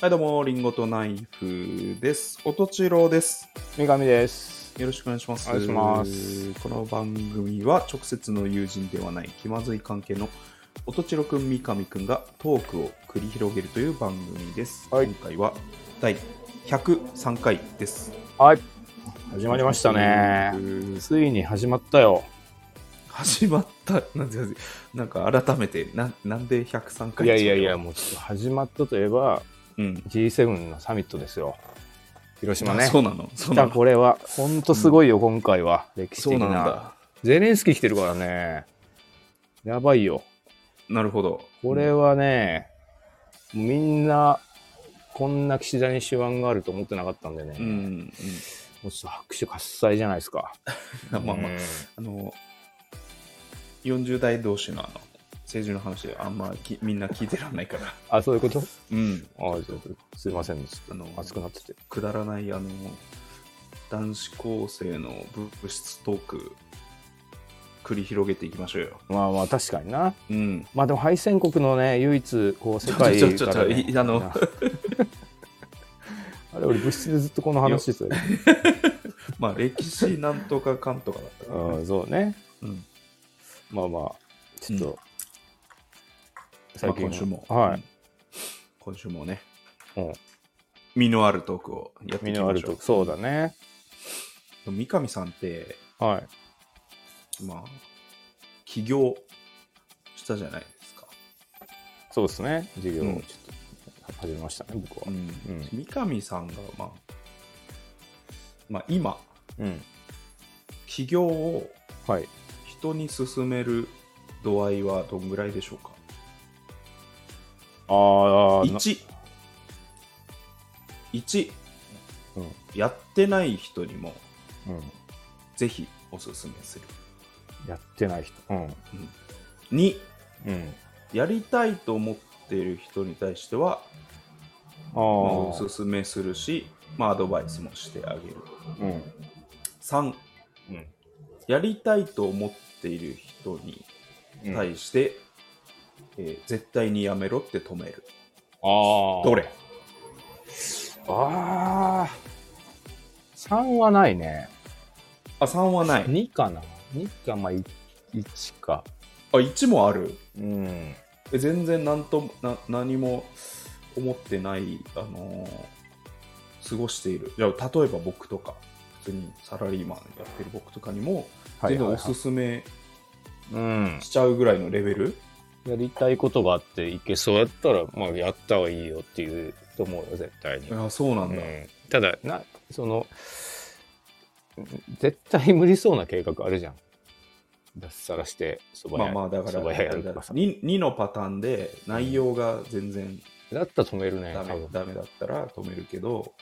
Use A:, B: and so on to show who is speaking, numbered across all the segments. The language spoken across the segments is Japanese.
A: はい、どうも、リンゴとナイフです。おとちろうです。
B: 三上です。
A: よろしくお願いします。
B: お願いします
A: この番組は直接の友人ではない気まずい関係のおとちろくん、三上くんがトークを繰り広げるという番組です。
B: はい
A: 今回は第103回です。
B: はい。始まりましたね
A: う。ー
B: ついに始まったよ。
A: 始まった。なんてなんてなんか改めて、ななんで103
B: い
A: 回
B: やいやいや、、もうちょっと始まったといえば
A: うん。
B: G7 のサミットですよ。広島
A: あ
B: ね。
A: そうなの。そう
B: いや
A: なの。
B: これは本当すごいよ、今回は歴史
A: そう
B: 的な
A: なんだ。
B: ゼレンスキー来てるからねやばいよ
A: なるほど。
B: これはね、みんなこんな岸田に手腕があると思ってなかったんでね、
A: うん、う
B: も
A: ん。
B: うちょっと拍手喝采じゃないですか
A: まあまあ、
B: うん
A: あの、40代同士のあの政治の話であんまきみんな聞いてらんないから、
B: あそういうこと
A: うん、
B: あちょっとすいませんち
A: あ
B: ょっ
A: の
B: と熱くなってて
A: くだらないあの男子高生の物質トーク繰り広げていきましょうよ。
B: まあまあ確かにな
A: うん、
B: まあでも敗戦国のね唯一こう世界
A: ちょちょちょ
B: からね
A: ちょいあの
B: あれ俺物質でずっとこの話してたよ
A: まあ歴史なんとかかんとかだったから、
B: う
A: ね
B: んそうね
A: うん
B: まあまあ、ちょっと、
A: うん
B: 最近
A: まあ今週も、
B: は
A: うん
B: い、
A: 今週もね、
B: うん、
A: 身のあるトークをやって
B: 身
A: いき
B: のあ
A: ま
B: る
A: しょ
B: と
A: う。
B: そうだね。
A: 三上さんって、
B: はい。
A: まあ、起業したじゃないですか。
B: そうですね。授業
A: う
B: を
A: ん
B: ちょっと始めましたね、僕
A: う
B: は。
A: ん
B: うん
A: 三上さんが、まあまあ、今
B: うん。
A: 起業を
B: はい。
A: 人に勧める度合いはどんぐらいでしょうか
B: あーあー、な
A: ?11、1
B: うん
A: やってない人にも
B: うん。
A: ぜひおすすめする
B: やってない人。うん。
A: 2
B: うん。
A: やりたいと思っている人に対しては、
B: あ
A: まあ
B: あ、
A: おすすめするし、まあ、アドバイスもしてあげる
B: うん。
A: 3
B: うん。
A: やりたいと思っている人に
B: うん
A: 対して、えー絶対にやめろって止める。
B: ああ。
A: どれ
B: ああ。3はないね。
A: あ、3はない。
B: 2かな。2か、まあ、い1か。
A: あ、1もある。
B: うん。
A: え全然なんともな何も思ってない、あのー過ごしている。じゃあ、例えば僕とか、普通にサラリーマンやってる僕とかにも、全然おすすめ
B: うん。
A: しちゃうぐらいのレベル、
B: やりたいことがあっていけそうやったら、まあ、やった方がいいよっていうと思うよ絶対に、
A: あ、そうなん
B: う
A: だ。
B: んただなその絶対無理そうな計画あるじゃん脱サラしてそば
A: まあ
B: 屋
A: まあ、だから、
B: そば屋やるとかさ
A: 2, のパターンで内容が全然
B: だったら止めるね
A: ダメ,、
B: 多分
A: ダメだったら止めるけど、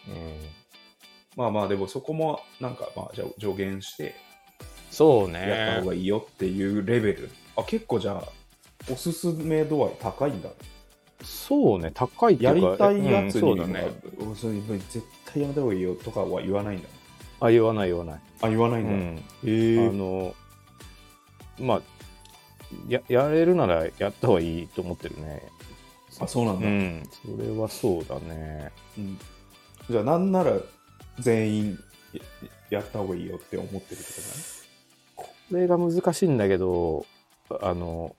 A: まあまあでもそこもなんかまあじゃあ助言して
B: そう
A: やった
B: ね
A: 方がいいよっていうレベル、あ結構じゃあおすすめ度合い高いんだね
B: そうね高いって
A: や
B: い
A: り
B: うか
A: たいやつに、
B: うんそうだね
A: おそれ絶対やめた方がいいよとかは言わないんだね
B: あ言わない言わない、
A: あ言わない
B: うん
A: だ、へ
B: ん
A: え
B: あのまあややれるならやった方がいいと思ってるね
A: あそうなん
B: う
A: だ、
B: んそれはそうだね
A: うんじゃあなんなら全員ややった方がいいよって思ってるってことだね
B: これが難しいんだけどあの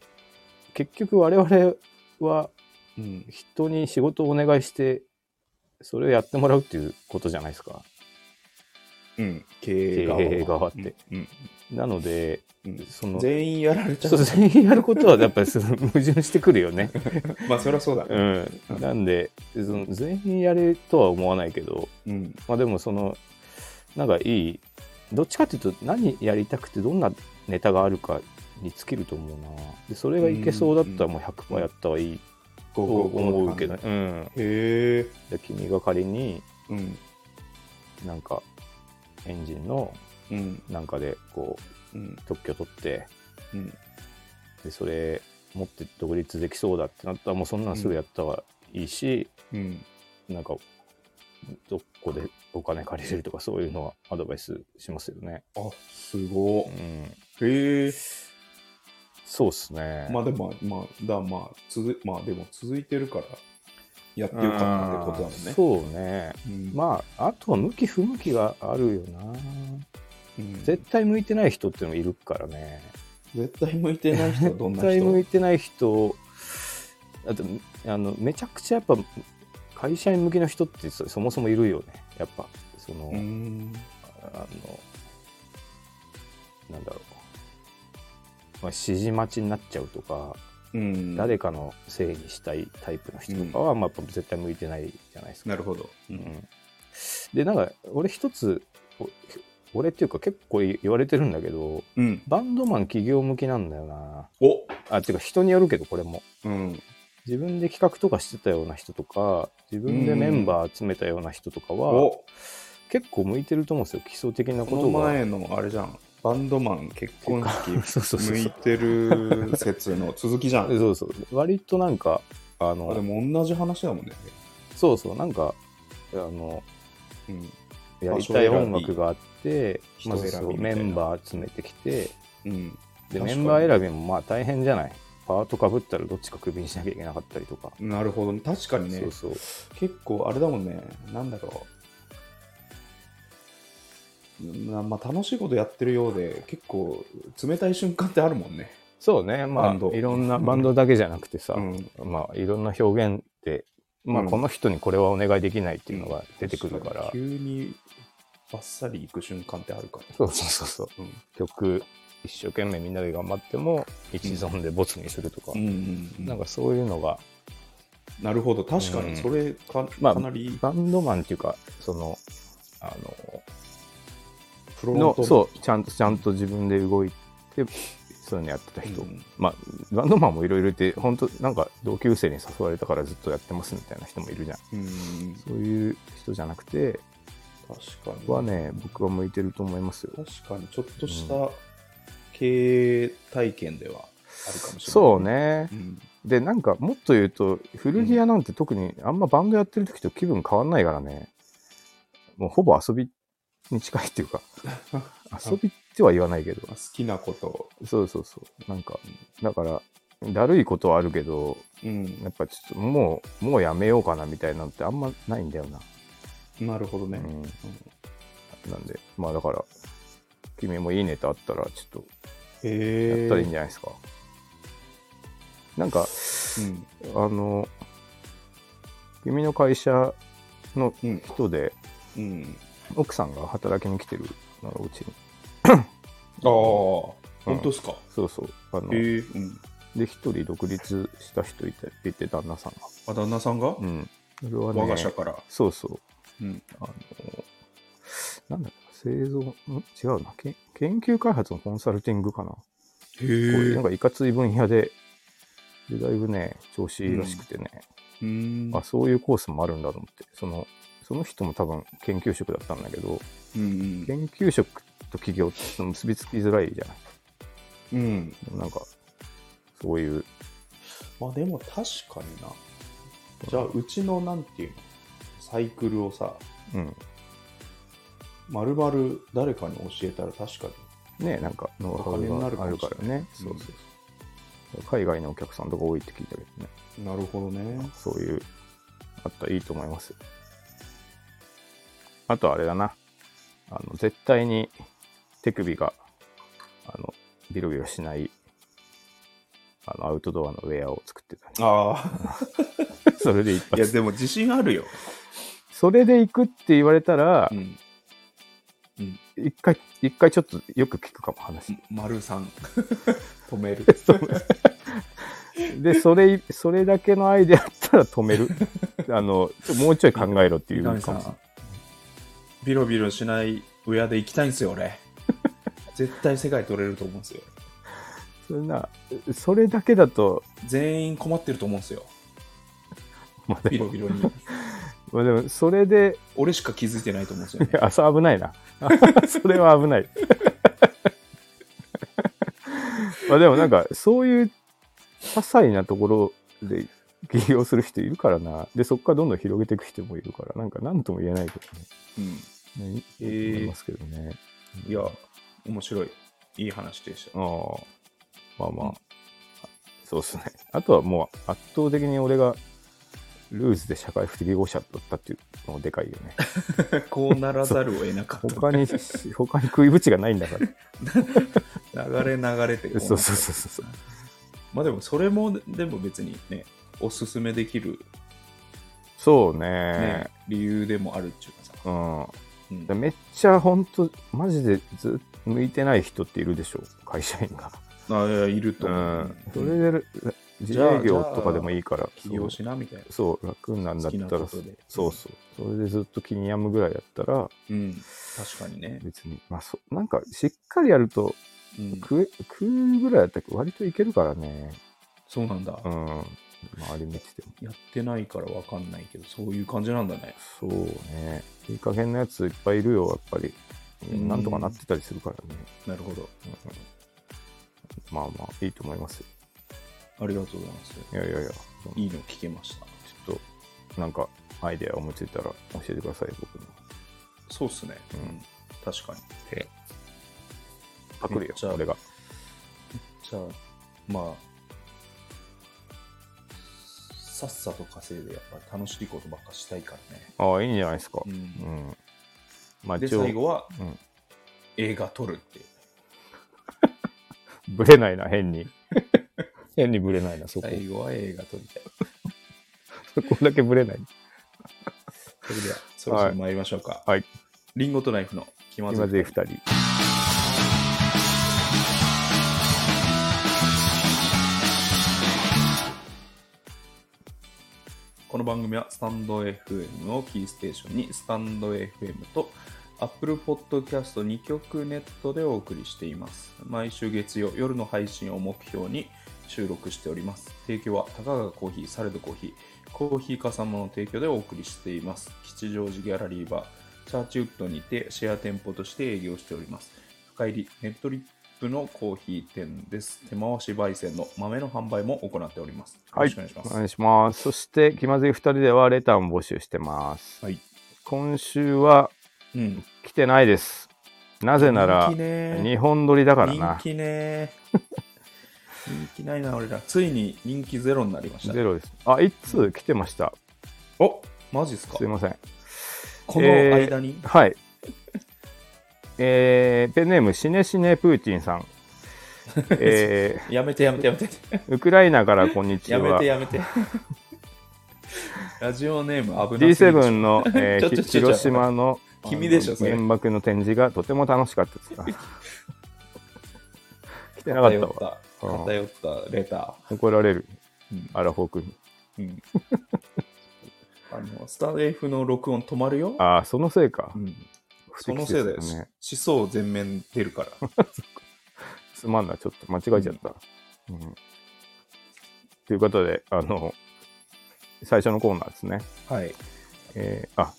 B: 結局我々は
A: うん、
B: 人に仕事をお願いしてそれをやってもらうっていうことじゃないですか
A: うん、経営側
B: 経営側っ
A: うん
B: て、
A: うん
B: なので
A: うん
B: その
A: 全員やられちゃ
B: そう
A: う
B: 全員やることはやっぱりその矛盾してくるよね、
A: まあそりゃそうだ、
B: うん、なんでその全員やれとは思わないけど
A: うん
B: まあでもそのなんかいいどっちかっていうと何やりたくてどんなネタがあるかに尽きると思うなでそれがいけそうだったらもう100%やった方がいい
A: と
B: と思うけど、うん、
A: へえ
B: で君が仮に
A: うん
B: なんかエンジンの
A: うん
B: なんかでこ
A: うん
B: う特許取って
A: うん
B: でそれ持って独立できそうだってなったらもうそんなんすぐやった方がいいし、
A: うん
B: なんかどこでお金借りれるとかそういうのはアドバイスしますよね。
A: あすご
B: うん、
A: いへえ
B: そうっすね。
A: まあでもまあだまあ続いまあでも続いてるからやってよかったってことだもんね。
B: そうね
A: うん
B: まああとは向き不向きがあるよな
A: うん
B: 絶対向いてない人っていうのもいるからね
A: 絶対向いてない人はどん
B: 絶
A: な
B: 対向
A: 人
B: いてない人あとあのめちゃくちゃやっぱ会社員向きの人ってそそもそもいるよねやっぱその、
A: うん
B: あのなんだろう、まあ、指示待ちになっちゃうとか、
A: うん
B: 誰かのせいにしたいタイプの人とかは、まあ、やっぱ絶対向いてないじゃないですか。
A: なるほど。う
B: うんん、でなんか俺一つお俺っていうか結構言われてるんだけど
A: うん。
B: バンドマン企業向きなんだよな
A: お
B: あっていうか人によるけどこれも
A: うん。
B: 自分で企画とかしてたような人とか自分でメンバー集めたような人とかは
A: お
B: 結構向いてると思うんですよ基礎的な
A: こ
B: こ
A: の
B: とが
A: 前のあれじゃん。バンドマン結婚式
B: そうそうそう
A: 向
B: そ
A: いうてる説の続きじゃん。
B: そうそう割となんかあ
A: あで
B: の
A: も同じ話だもんね。
B: そうそうなんかあの
A: うん。
B: やりたい
A: 場所選
B: 音
A: び
B: 楽があって
A: 人選び
B: まずそう
A: みた
B: メ
A: いな
B: ンバー集めてきて
A: うん。確か
B: で
A: に
B: メンバー選びもまあ大変じゃないパートかぶったらどっちかクビにしなきゃいけなかったりとか、
A: なるほどね。確かにね
B: そう。そう
A: 結構あれだもんね、なんだろう。なまあ、楽しいことやってるようで、結構冷たい瞬間ってあるもんね。
B: そうね
A: バ
B: ま
A: ンド
B: あいろんなバンドだけじゃなくてさ、
A: うん。
B: まあいろんな表現って、まあ、
A: うん
B: この人にこれはお願いできないっていうのが出てくるから、
A: 急にバッサリ行く瞬間ってあるから。
B: そうそうそうそう
A: うん。
B: 曲一生懸命みんなで頑張っても一存でボツにするとか、
A: うんうんうん
B: なんかそういうのが
A: なるほど、確かにそれか,、
B: まあ
A: かなり
B: バンドマンっていうかそのあの
A: プロ
B: の
A: と
B: そうちゃんとちゃんと自分で動いてそういうのやってた人、
A: うん
B: まあバンドマンもいろいろいて本当なんか同級生に誘われたからずっとやってますみたいな人もいるじゃん
A: うんうん
B: そういう人じゃなくて
A: 確かに、
B: はね僕は向いてると思いますよ
A: 確かにちょっとした経営体験ではあるかもしれない。
B: そうね
A: うん
B: でなんかもっと言うと古着屋なんて特にあんまバンドやってる時と気分変わんないからねもうほぼ遊びに近いっていう か遊びっては言わないけど
A: まあ好きなこと、
B: そうそうそうなんかだからだるいことはあるけど
A: うん
B: やっぱちょっともうもうやめようかなみたいなのってあんまないんだよな、
A: なるほど
B: う
A: ね、
B: ん、なんでまあだから君もいいネタあったらちょっと
A: へ
B: や
A: え
B: ったらいいんじゃないですか、なんか
A: うん
B: あの君の会社の
A: うん
B: 人で
A: うん、
B: 奥さんが働きに来てるのうちに
A: ああ、本当ですか。
B: そうそうあの
A: へえうん、
B: で一人独立した人いていて旦那さんが
A: あ旦那さんが、
B: うんそれはね
A: 我が社から、
B: そうそう
A: うん、
B: あのなんだっけ製造ん違うなけ研究開発のコンサルティングかな、こ
A: へ
B: ういうなん
A: え
B: かいかつい分野ででだいぶね調子いいらしくてね、
A: うん
B: あそういうコースもあるんだと思ってそのその人も多分研究職だったんだけど、
A: うん
B: 研究職と企業って結びつきづらいじゃない
A: うん
B: なんかそういう
A: まあでも確かになじゃあうちのなんていうのサイクルをさ
B: うん
A: 丸々誰かに教えたら確か
B: ねなんかノウハ
A: お金にな
B: ウ
A: る
B: が
A: か
B: ある
A: もし
B: か
A: れない
B: らねそうそうそう海外のお客さんとか多いって聞いたけどね
A: になるほどね
B: そういう、あったらいいと思いますよ。あとあれだな。あの、絶対に手首が、あの、ビロビロしない、あの、アウトドアのウェアを作って た、ね。
A: あ
B: それで一
A: あいや
B: 発。
A: でも自信あるよ、
B: それで行くって言われたら、
A: ん、
B: 一回、一回ちょっとよく聞くかも話。
A: 丸さん 止める
B: で、それ、それだけのアイデアあったら止め る。あの、ちょもうちょい考えろっていうかも
A: 南さんビロビロしないウェアで行きたいんですよ 俺絶対世界取れると思うんですよ
B: それな、それだけだと、
A: 全員困ってると思うん ですよ
B: まあで
A: ビ
B: も
A: ロビロに
B: まあでもそれで
A: 俺しか気づいてないと思うんですよね
B: い や朝危ないな。それは危ない。 まあでもなんかそういう些細なところで起業する人いるからな。で、そこからどんどん広げていく人もいるから、なんか何とも言えないけ
A: うん
B: どね。ね
A: えー
B: 思いますけどね。
A: いや面白いいい話でした
B: ああ。まあまあ、
A: うん
B: そうですね。あとはもう圧倒的に俺がルーズで社会不適合者だったっていうのもでかいよね。
A: こうならざるを得なかった。
B: 他に、 他に食いぶちがないんだから。
A: 流れ流れてこなかった
B: そうそうそうそう。
A: まあでもそれもでも別にねおすすめできる、
B: そうね
A: ね理由でもあるっていうかさ、
B: うん。
A: うん
B: でめっちゃ本当マジでずっと向いてない人っているでしょ会社員が。
A: あいやいると
B: う
A: 思
B: ん
A: う、
B: それで自営業とかでもいいから
A: 起業しなみたいな
B: そうそう楽になんだったら
A: 好きなことで
B: そうそうそれでずっと気に病むぐらいだったら
A: うん確かにね、
B: 別にまあそなんかしっかりやると
A: うん、
B: 食え食うぐらいだったら割といけるからね
A: そうなんだ、
B: うん周り見てても
A: やってないからわかんないけどそういう感じなんだね
B: そうねいい加減なやついっぱいいるよやっぱり
A: うん
B: なんとかなってたりするからね、
A: なるほど
B: うんまあまあいいと思いますよ
A: ありがとうございます
B: いやいやいや
A: いいの聞けました
B: ちょっと、なんか、アイデアを思いついたら教えてください、僕の。
A: そうっすね、
B: う
A: うんん、確かに
B: パクるよ、
A: じゃあ
B: 俺が。
A: じゃあまあさっさと稼いでやっぱ楽しいことばっかしたいからね、
B: ああ、いいんじゃないですか。
A: う
B: うんん。まあ、
A: で
B: 一応
A: 最、後は
B: うん
A: 映画撮るっていう
B: ぶれないな、変に。 変にぶれないな、そこ。
A: 最後は映画撮りたい
B: そこだけぶれない。
A: それではそろそろ参りましょうか
B: はい。
A: リンゴとナイフの気まずい
B: 今ぜい二人。
A: この番組はスタンド FM をキーステーションにスタンド FM と Apple Podcast2 曲ネットでお送りしています。毎週月曜夜の配信を目標に収録しております。提供は高川コーヒー、サレドコーヒー、コーヒーかさまの提供でお送りしています。吉祥寺ギャラリーバー、チャーチウッドにてシェア店舗として営業しております。深入りネットリップのコーヒー店です。手回し焙煎の豆の販売も行っております。よ
B: は
A: ろ
B: い
A: しくお願いしま。
B: お
A: す。
B: 願いします。そして、気まずい二人では、レターも募集してます。
A: はい。
B: 今週は、
A: うん。
B: 来てないです。なぜなら
A: 人気、ね
B: 日本撮りだから
A: 人
B: な。
A: 気ね 人気ないな俺らついに人気ゼロになりました
B: ゼロです。あ、一通来てました。
A: おマジっすか
B: すいません。
A: この間に、
B: はい。 えーペンネーム、シネシネプーチ ンさん。え
A: やめてやめて やめて
B: ーウクライナからこんにち
A: やめ
B: は
A: て。やめて ラジオネーム危なすぎる
B: D7 の、え ー
A: ちょちょちょちょ
B: 広島の
A: 君でしょそれ
B: 原爆の展示がとても楽しかったです。あ 来てなかったわ。
A: 偏った偏ったレタ
B: 怒られる、
A: ー、うん
B: アラフォー君に。
A: うん、 あのスター F の録音止まるよ、
B: ああ、そのせいか
A: う。ん、
B: 不
A: そ
B: 適
A: の
B: 切
A: せいだよ、
B: ね。
A: し思想全面出るから
B: すまんな、ちょっと間違えちゃった。うんということで、あの、最初のコーナーですね。
A: はい
B: えーあ、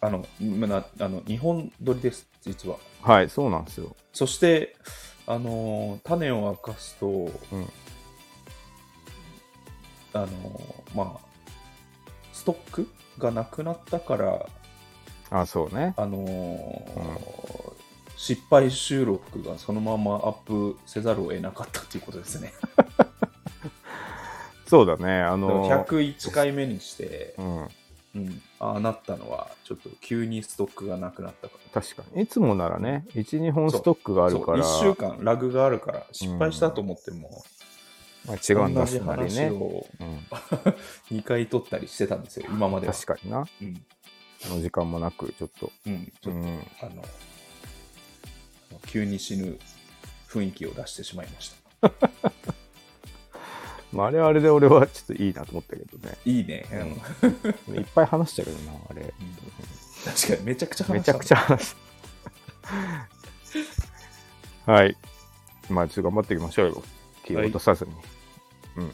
A: あのまなあの日本撮りです実は
B: はい、そうなんですよ。
A: そして、あのー種を明かすと、
B: ん
A: あのーまあ、ストックがなくなったから、
B: あ、そうね。
A: あのー失敗収録がそのままアップせざるを得なかったということですね。
B: そうだね。あの、
A: 101回目にして、
B: うん、
A: うん、ああなったのは、ちょっと急にストックがなくなったか
B: 確かに。いつもならね、1、2本ストックがあ
A: ら。
B: るから、
A: 1週間ラグがあるから、失敗したと思っても、
B: まあ、違うん
A: 同
B: だ
A: じ
B: すなり
A: 話
B: ね。
A: を
B: うん、
A: 2回撮ったりしてたんですよ、今までは。
B: 確かにな。
A: うん。
B: この時間もなく、ちょっと。
A: うん。ち
B: う
A: ょっと、
B: ん、
A: あの、急に死ぬ雰囲気を出してしまいました。
B: まあ、あれはあれで俺はちょっといいなと思ったけどね。
A: いいね。うん
B: うんいっぱい話したけどな、あれ。
A: 確かに、めちゃくちゃ
B: め
A: 話し
B: ちゃ
A: た。
B: くちゃ話す。はい。まあ、ちょっと頑張っていきましょうよ。気を落とさずに。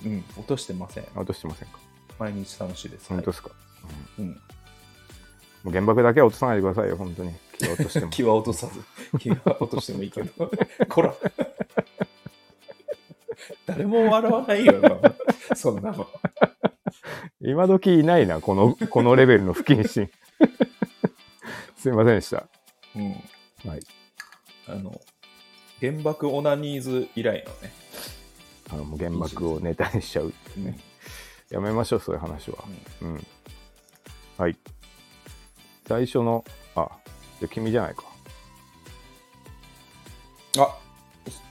A: うん、落としてません。
B: 落としてませんか。
A: 毎日楽しいです。
B: 本当
A: は
B: ですか。
A: いうん。
B: もう原爆だけは落とさないでくださいよ、本当に。 気を落としても。
A: 気は落とさ ず、気は落としてもいいけど。こら。 誰も笑わないよな、そんなの。
B: 今時いないな、この、このレベルの不謹慎。 すいませんでした。
A: うん。
B: はい。
A: あの、原爆オナニーズ以来のね
B: あの、もう原爆をネタにしちゃう。
A: ね、
B: やめましょう、そういう話は。うん。はい。最初の、あ、じゃあ君じゃないか。
A: あ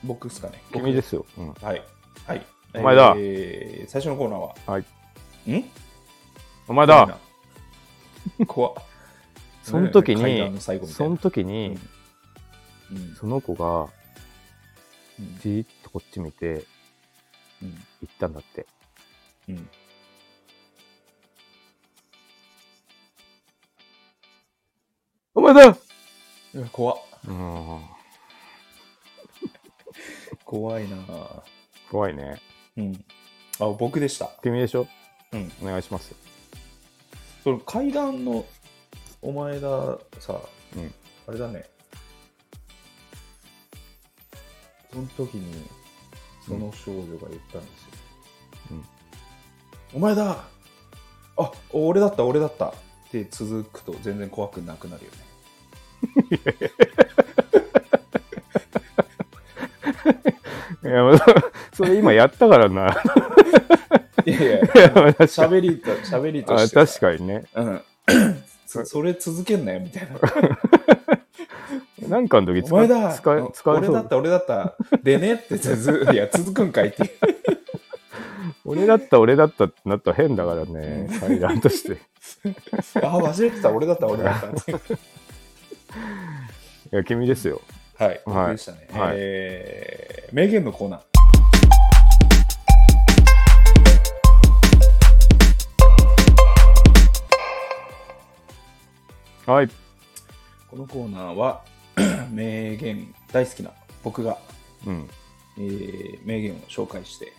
A: 僕ですかね。
B: 君ですよ。うん。
A: 僕。はい。はい。
B: お前だ
A: えー最初のコーナーは。
B: はい
A: ん。ん
B: お前だ。
A: 怖っ。
B: その時に
A: 階段の最後みたい
B: そ
A: な
B: の時に、
A: うん
B: その子が、
A: うん
B: じーっとこっち見て、
A: うん
B: 言ったんだって。
A: うん
B: お前だ
A: うん怖っ
B: うん。
A: 怖いなぁ
B: 怖いね。
A: うん。あ、僕でした。
B: 君でしょ
A: うん。
B: お願いしますよ。
A: その階段のお前ださ、
B: うん
A: あれだね。その時に、その少女が言ったんですよ。
B: うん
A: お前だあ、俺だった、俺だったって続くと全然怖くなくなるよね。
B: いや、それ今やったからな。
A: いやいや、
B: 確かに
A: 喋りと、喋りと
B: あ
A: して
B: 確
A: さ。
B: かにね。
A: うん。そそれ続けんなよみた いな。
B: なんかの時
A: お前だ
B: 使使え使え
A: 俺
B: そ
A: だっ
B: う。
A: た、俺だった。でねって続 いや続くんかいっていう。
B: 俺だった、俺だったってなったら変だからね。階段として。い
A: あ、忘れてた、俺だった、俺だった。
B: や、君ですよ。
A: はい、
B: はい
A: 僕でしたね。
B: はい
A: えー名言のコーナー。
B: はい。
A: このコーナーは、 名言大好きな僕が、
B: うん。
A: えー名言を紹介して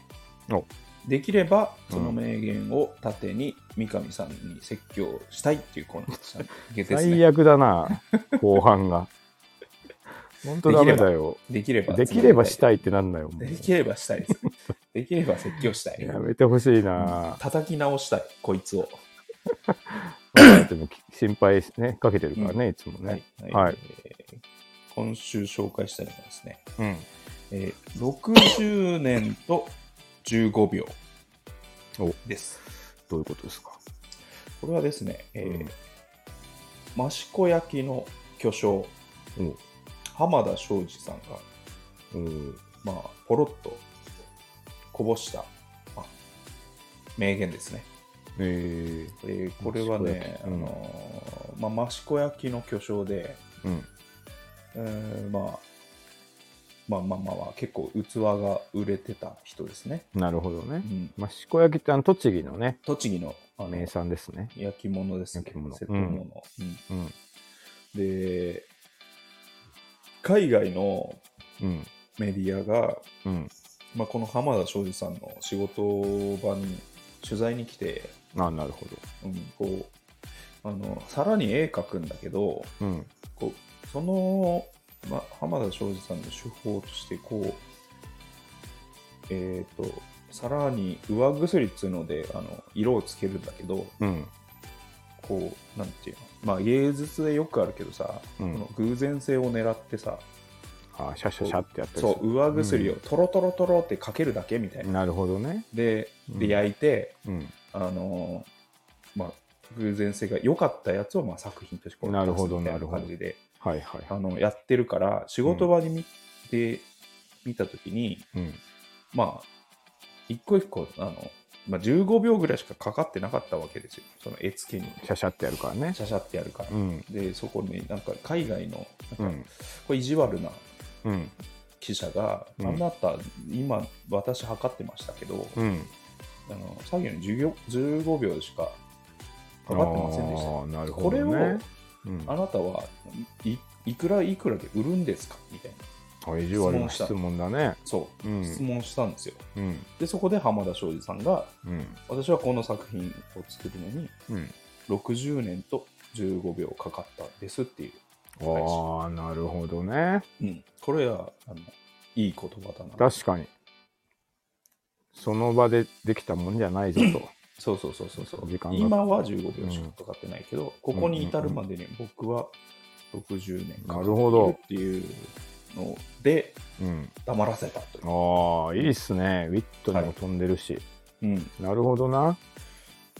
B: お、
A: できればその
B: うん
A: 名言を盾に三上さんに説教したいっていうコーナーでしたね。ですね
B: 最悪だな。後 半が。本当ダメだよ。
A: できれば、
B: できればし
A: い。
B: たいってなんだよ。も
A: で
B: う
A: きればしたいです。できれば説教したい
B: や。めてほしいな。
A: 叩き直したい、こいつを。
B: でも心配ね、かけてるからね、いつも
A: はい
B: ね。。
A: はいえー今週紹介したいのがですね、
B: うん。
A: えー60年と15秒
B: お
A: です。
B: どういうことですか。
A: これはですね、えー
B: うん
A: 益子焼の巨匠、
B: うん
A: 浜田庄司さんが、
B: うん。
A: まあ、ポロっとこぼした、まあ名言ですね。
B: え
A: えーこれはね
B: 益子焼、
A: あのーまあ、益子焼の巨匠で、
B: ー。うん。
A: うーんまあ、まあまあまあまあ、結構器が売れてた人ですね。
B: なるほどね
A: う。ん、
B: 益子焼きってあの栃木のね、
A: 栃木のあの
B: 名産ですね。
A: 焼き物ですね。
B: 焼き物
A: 瀬戸物、うん
B: うん。
A: で、海外の
B: うん。
A: メディアが、
B: うん。
A: まあ、この浜田庄司さんの仕事場に取材に来て、
B: あ、なるほど。
A: うん、こうあのさらに絵描くんだけど
B: うん。
A: こうその、まあ、浜田庄司さんの手法としてこうえっ、とさらに上薬っつうのであの色をつけるんだけど
B: うん。
A: こうなんていうのまあ芸術でよくあるけどさ、
B: うん
A: この偶然性を狙ってさ
B: あ、シャシャシャってやったりする
A: そう上薬をトロトロトロってかけるだけみたいな、
B: なるほどね。
A: で
B: う
A: で
B: ん
A: 焼いて、
B: うん。
A: あのーまあ、偶然性が良かったやつをまあ作品としてこう
B: なるほ
A: 出す
B: ど
A: みたい
B: なるほど
A: 感じで
B: はいはいは
A: あのやってるから仕事場に見て見た時に、
B: い。うん。
A: まあ一個一個あの、まあ、15秒ぐらいしかかかってなかったわけですよその絵付けに
B: シャシャってやるからね
A: シ。ャシャってやるから
B: う、ん。
A: でそこになんか海外の
B: う
A: なんか
B: ん。
A: これ意地悪な
B: うん。
A: 記者が、
B: うん
A: あなた今私測ってましたけど、
B: うん。
A: あの作業に10 15秒しかかかってませんでした
B: あーなる
A: こ
B: ほ
A: れ
B: ど、ね。
A: を
B: うん、
A: あなたはいいくらいくらで売るんですかみたいな
B: あ意地悪な質問だね。
A: そうう、
B: ん。
A: 質問したんですよ
B: うん。
A: でそこで浜田庄司さんが
B: うん。
A: 私はこの作品を作るのに
B: うん。
A: 60年と15秒かかったですっていう、
B: ああ、なるほどね。
A: うん、これはあのいい言葉だな
B: 確かに。その場でできたもんじゃないぞと。
A: そうそうそうそうそう
B: 時間が
A: 今は15秒しかかかってないけど、ここに至るまでに僕は60年かか
B: なるほど
A: っているっていうので
B: うん。
A: 黙らせたという、
B: ああ、いいっすね。ウィットにも飛んでるし。
A: ううん、
B: なるほどな。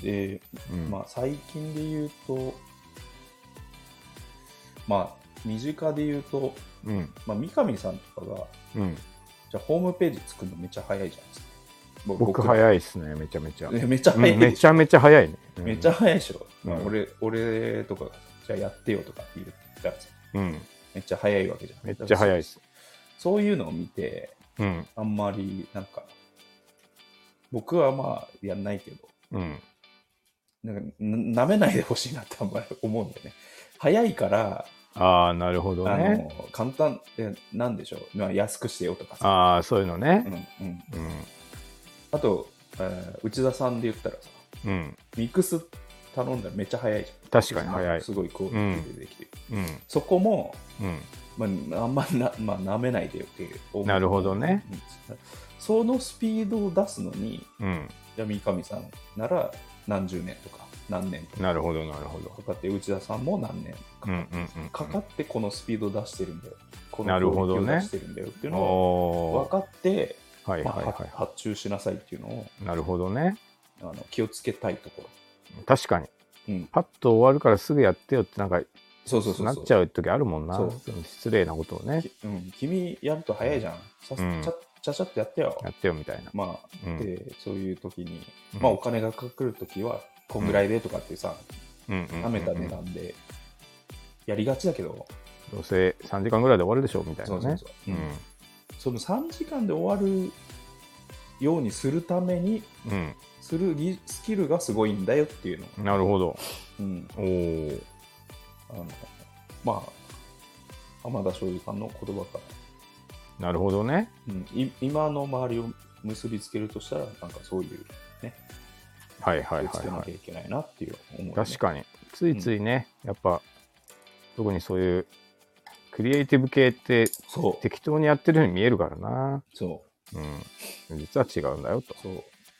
A: で、
B: うん。
A: まあ、最近で言うと、まあ、身近で言うと、
B: うん。
A: まあ、三上さんとかが、
B: うん。
A: じゃあホームページ作るのめっちゃ早いじゃないですか。ぼ
B: 僕
A: い。
B: 早いっすね、めちゃめちゃ。
A: めっちゃ
B: うん
A: 早い
B: め
A: でし
B: ち
A: ょ、
B: ゃめちゃ早いね。うん
A: めっちゃ。早いでしょ。
B: うん
A: まあ、俺俺とかが、じゃあやってよとか言ったらさ、
B: うん。
A: めっちゃ早いわけじゃん。
B: めっちゃ早いっす。
A: そういうのを見て、
B: うん。
A: あんまりなんか、僕はまあやんないけど、
B: うん。
A: なんかな舐めないでほしいなってあんまり思うんだよね。早いから、
B: ああ、なるほど
A: あ
B: ね。
A: の簡単えなんでしょう、まあ、安くしてよとかさ。
B: ああ、そういうの
A: う
B: ね。
A: んうん、
B: う
A: あと、えー内田さんで言ったらさ、
B: ん。うん。
A: ミックス頼んだらめっちゃ早いじゃん。
B: 確かに早い
A: すごいクオリティでできてる。
B: うん。
A: そこも、
B: うん。
A: まあ、あんまな、まあ、舐めないでよって思う
B: なるほどね。
A: うんそのスピードを出すのに、
B: うん。
A: じゃあ三上さんなら何十年とか何年とか
B: なるほど、なるほど。
A: かかって内田さんも何年
B: う
A: か
B: んう
A: か
B: ん
A: っ
B: うんうん。
A: かかってこのスピード出してるんだよこの
B: なるほ
A: クオ
B: ど
A: リ
B: ね
A: ティを出してるんだよっていうのを
B: お
A: 分
B: ー
A: かって、
B: はい
A: ま
B: は
A: あ
B: いはいは
A: 発注しなさいっていうのを
B: い。なるほどね。
A: あの気をつけたいところ、
B: 確かに。
A: うん、
B: パッと終わるからすぐやってよってなんか
A: そうそうそう
B: な
A: そ
B: っ
A: う
B: ちゃう時あるもんな
A: そう
B: 失礼なことをね
A: きうん、君やると早いじゃんさ、
B: うん
A: ちゃちゃちゃっとやってよ
B: やってよみたいな、
A: まあ、
B: うん
A: でそういう時に、
B: うん
A: まあお金がかかる時はこんぐらいでとかってさ、
B: うんうんうんうん
A: 舐めた値段でやりがちだけど、
B: どうせ3時間ぐらいで終わるでしょみたいな
A: そ
B: ね
A: うそうそう、
B: う
A: うんその3時間で終わるようにするために
B: ん、
A: する技スキルがすごいんだよっていうの、
B: うん、なるほど
A: うん、
B: おお
A: あのまあ浜田庄司さんの言葉から、
B: なるほどね
A: うん、い今の周りを結びつけるとしたらなんかそういう
B: はいはい
A: 気をつ
B: はい
A: けな
B: は
A: きゃい
B: い
A: けないなっていう思いね、
B: 確かについついね、やっぱ特にそういうクリエイティブ系って
A: そう
B: 適当にやってるように見えるからな、
A: そ
B: うん、実は違うんだよと
A: う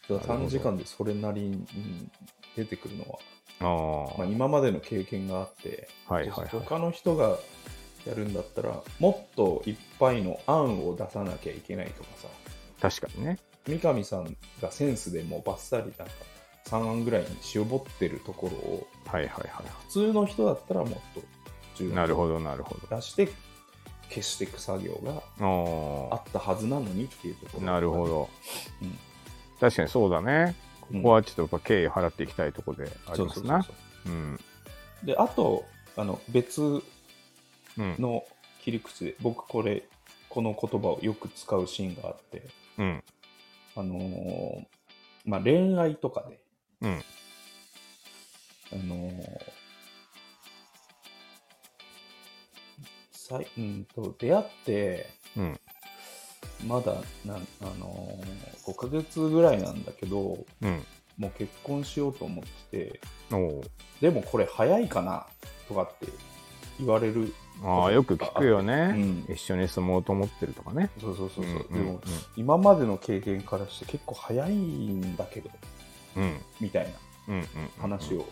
A: そうだから3時間でそれなりにうん出てくるのは、
B: ああ、
A: まあ、今までの経験があって
B: はいはいはい
A: 他の人がやるんだったらもっといっぱいの案を出さなきゃいけないとかさ
B: 確かにね
A: 三上さんがセンスでもうバッサリなんか3案ぐらいに絞ってるところを
B: はいはいはい
A: 普通の人だったらもっと重
B: なる
A: 要
B: ほどなるほ
A: 出して消していく作業が
B: どお
A: あ
B: ー
A: ったはずなのにっていうところ
B: なるほど、
A: うん
B: 確かにそうだねこ
A: うん
B: こはちょっとやっぱ敬意払っていきたいところであり
A: そう
B: ま
A: そ
B: す
A: うそう
B: な
A: そう
B: うん
A: であとあの別
B: うん
A: の切り口で僕これこの言葉をよく使うシーンがあって
B: うん
A: あのーまあ、恋愛とかで、
B: うん
A: あのーさいうんと出会って
B: うん
A: まだなん、あのー、5ヶ月ぐらいなんだけど
B: うん
A: もう結婚しようと思ってて
B: おおー
A: でもこれ早いかなとかって言われる、
B: ああよく聞くよ
A: う
B: ね、
A: ん、
B: 一緒に住もうと思ってるとかね
A: そうそうそうそう、
B: うんうん
A: でも今までの経験からして結構早いんだけど
B: うんうん
A: みたいな
B: うんうん
A: 話を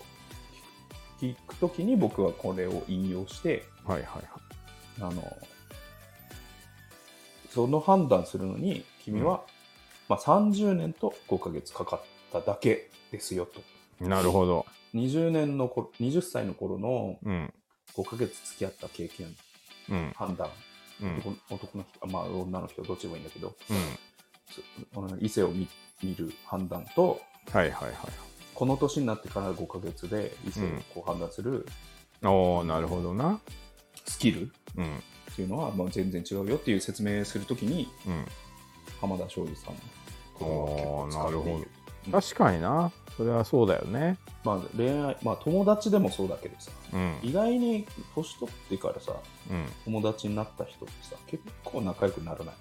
A: 聞くときに僕はこれを引用して
B: はいはいはい
A: あのその判断するのに君は、まあ、30年と5ヶ月かかっただけですよと
B: なるほど
A: 20年の頃20歳の頃の
B: うん
A: 5ヶ月付き合った経験
B: うん
A: 判断
B: うん
A: 男男の人まあ女の人どっちでもいいんだけど
B: うん
A: そうん異性を見見る判断と
B: はいはいはい
A: この年になってから5ヶ月で異性をこう判断する
B: おおなるほどな
A: スキル、
B: うん
A: っていうのは、まあ、全然違うよっていう説明するときに
B: うん
A: 浜田庄司さんのを結構使っているうん
B: 確かになそれはそうだよね
A: まあ、恋愛まあ友達でもそうだけどさ
B: うん
A: 意外に年取ってからさ
B: うん
A: 友達になった人ってさ結構仲良くならない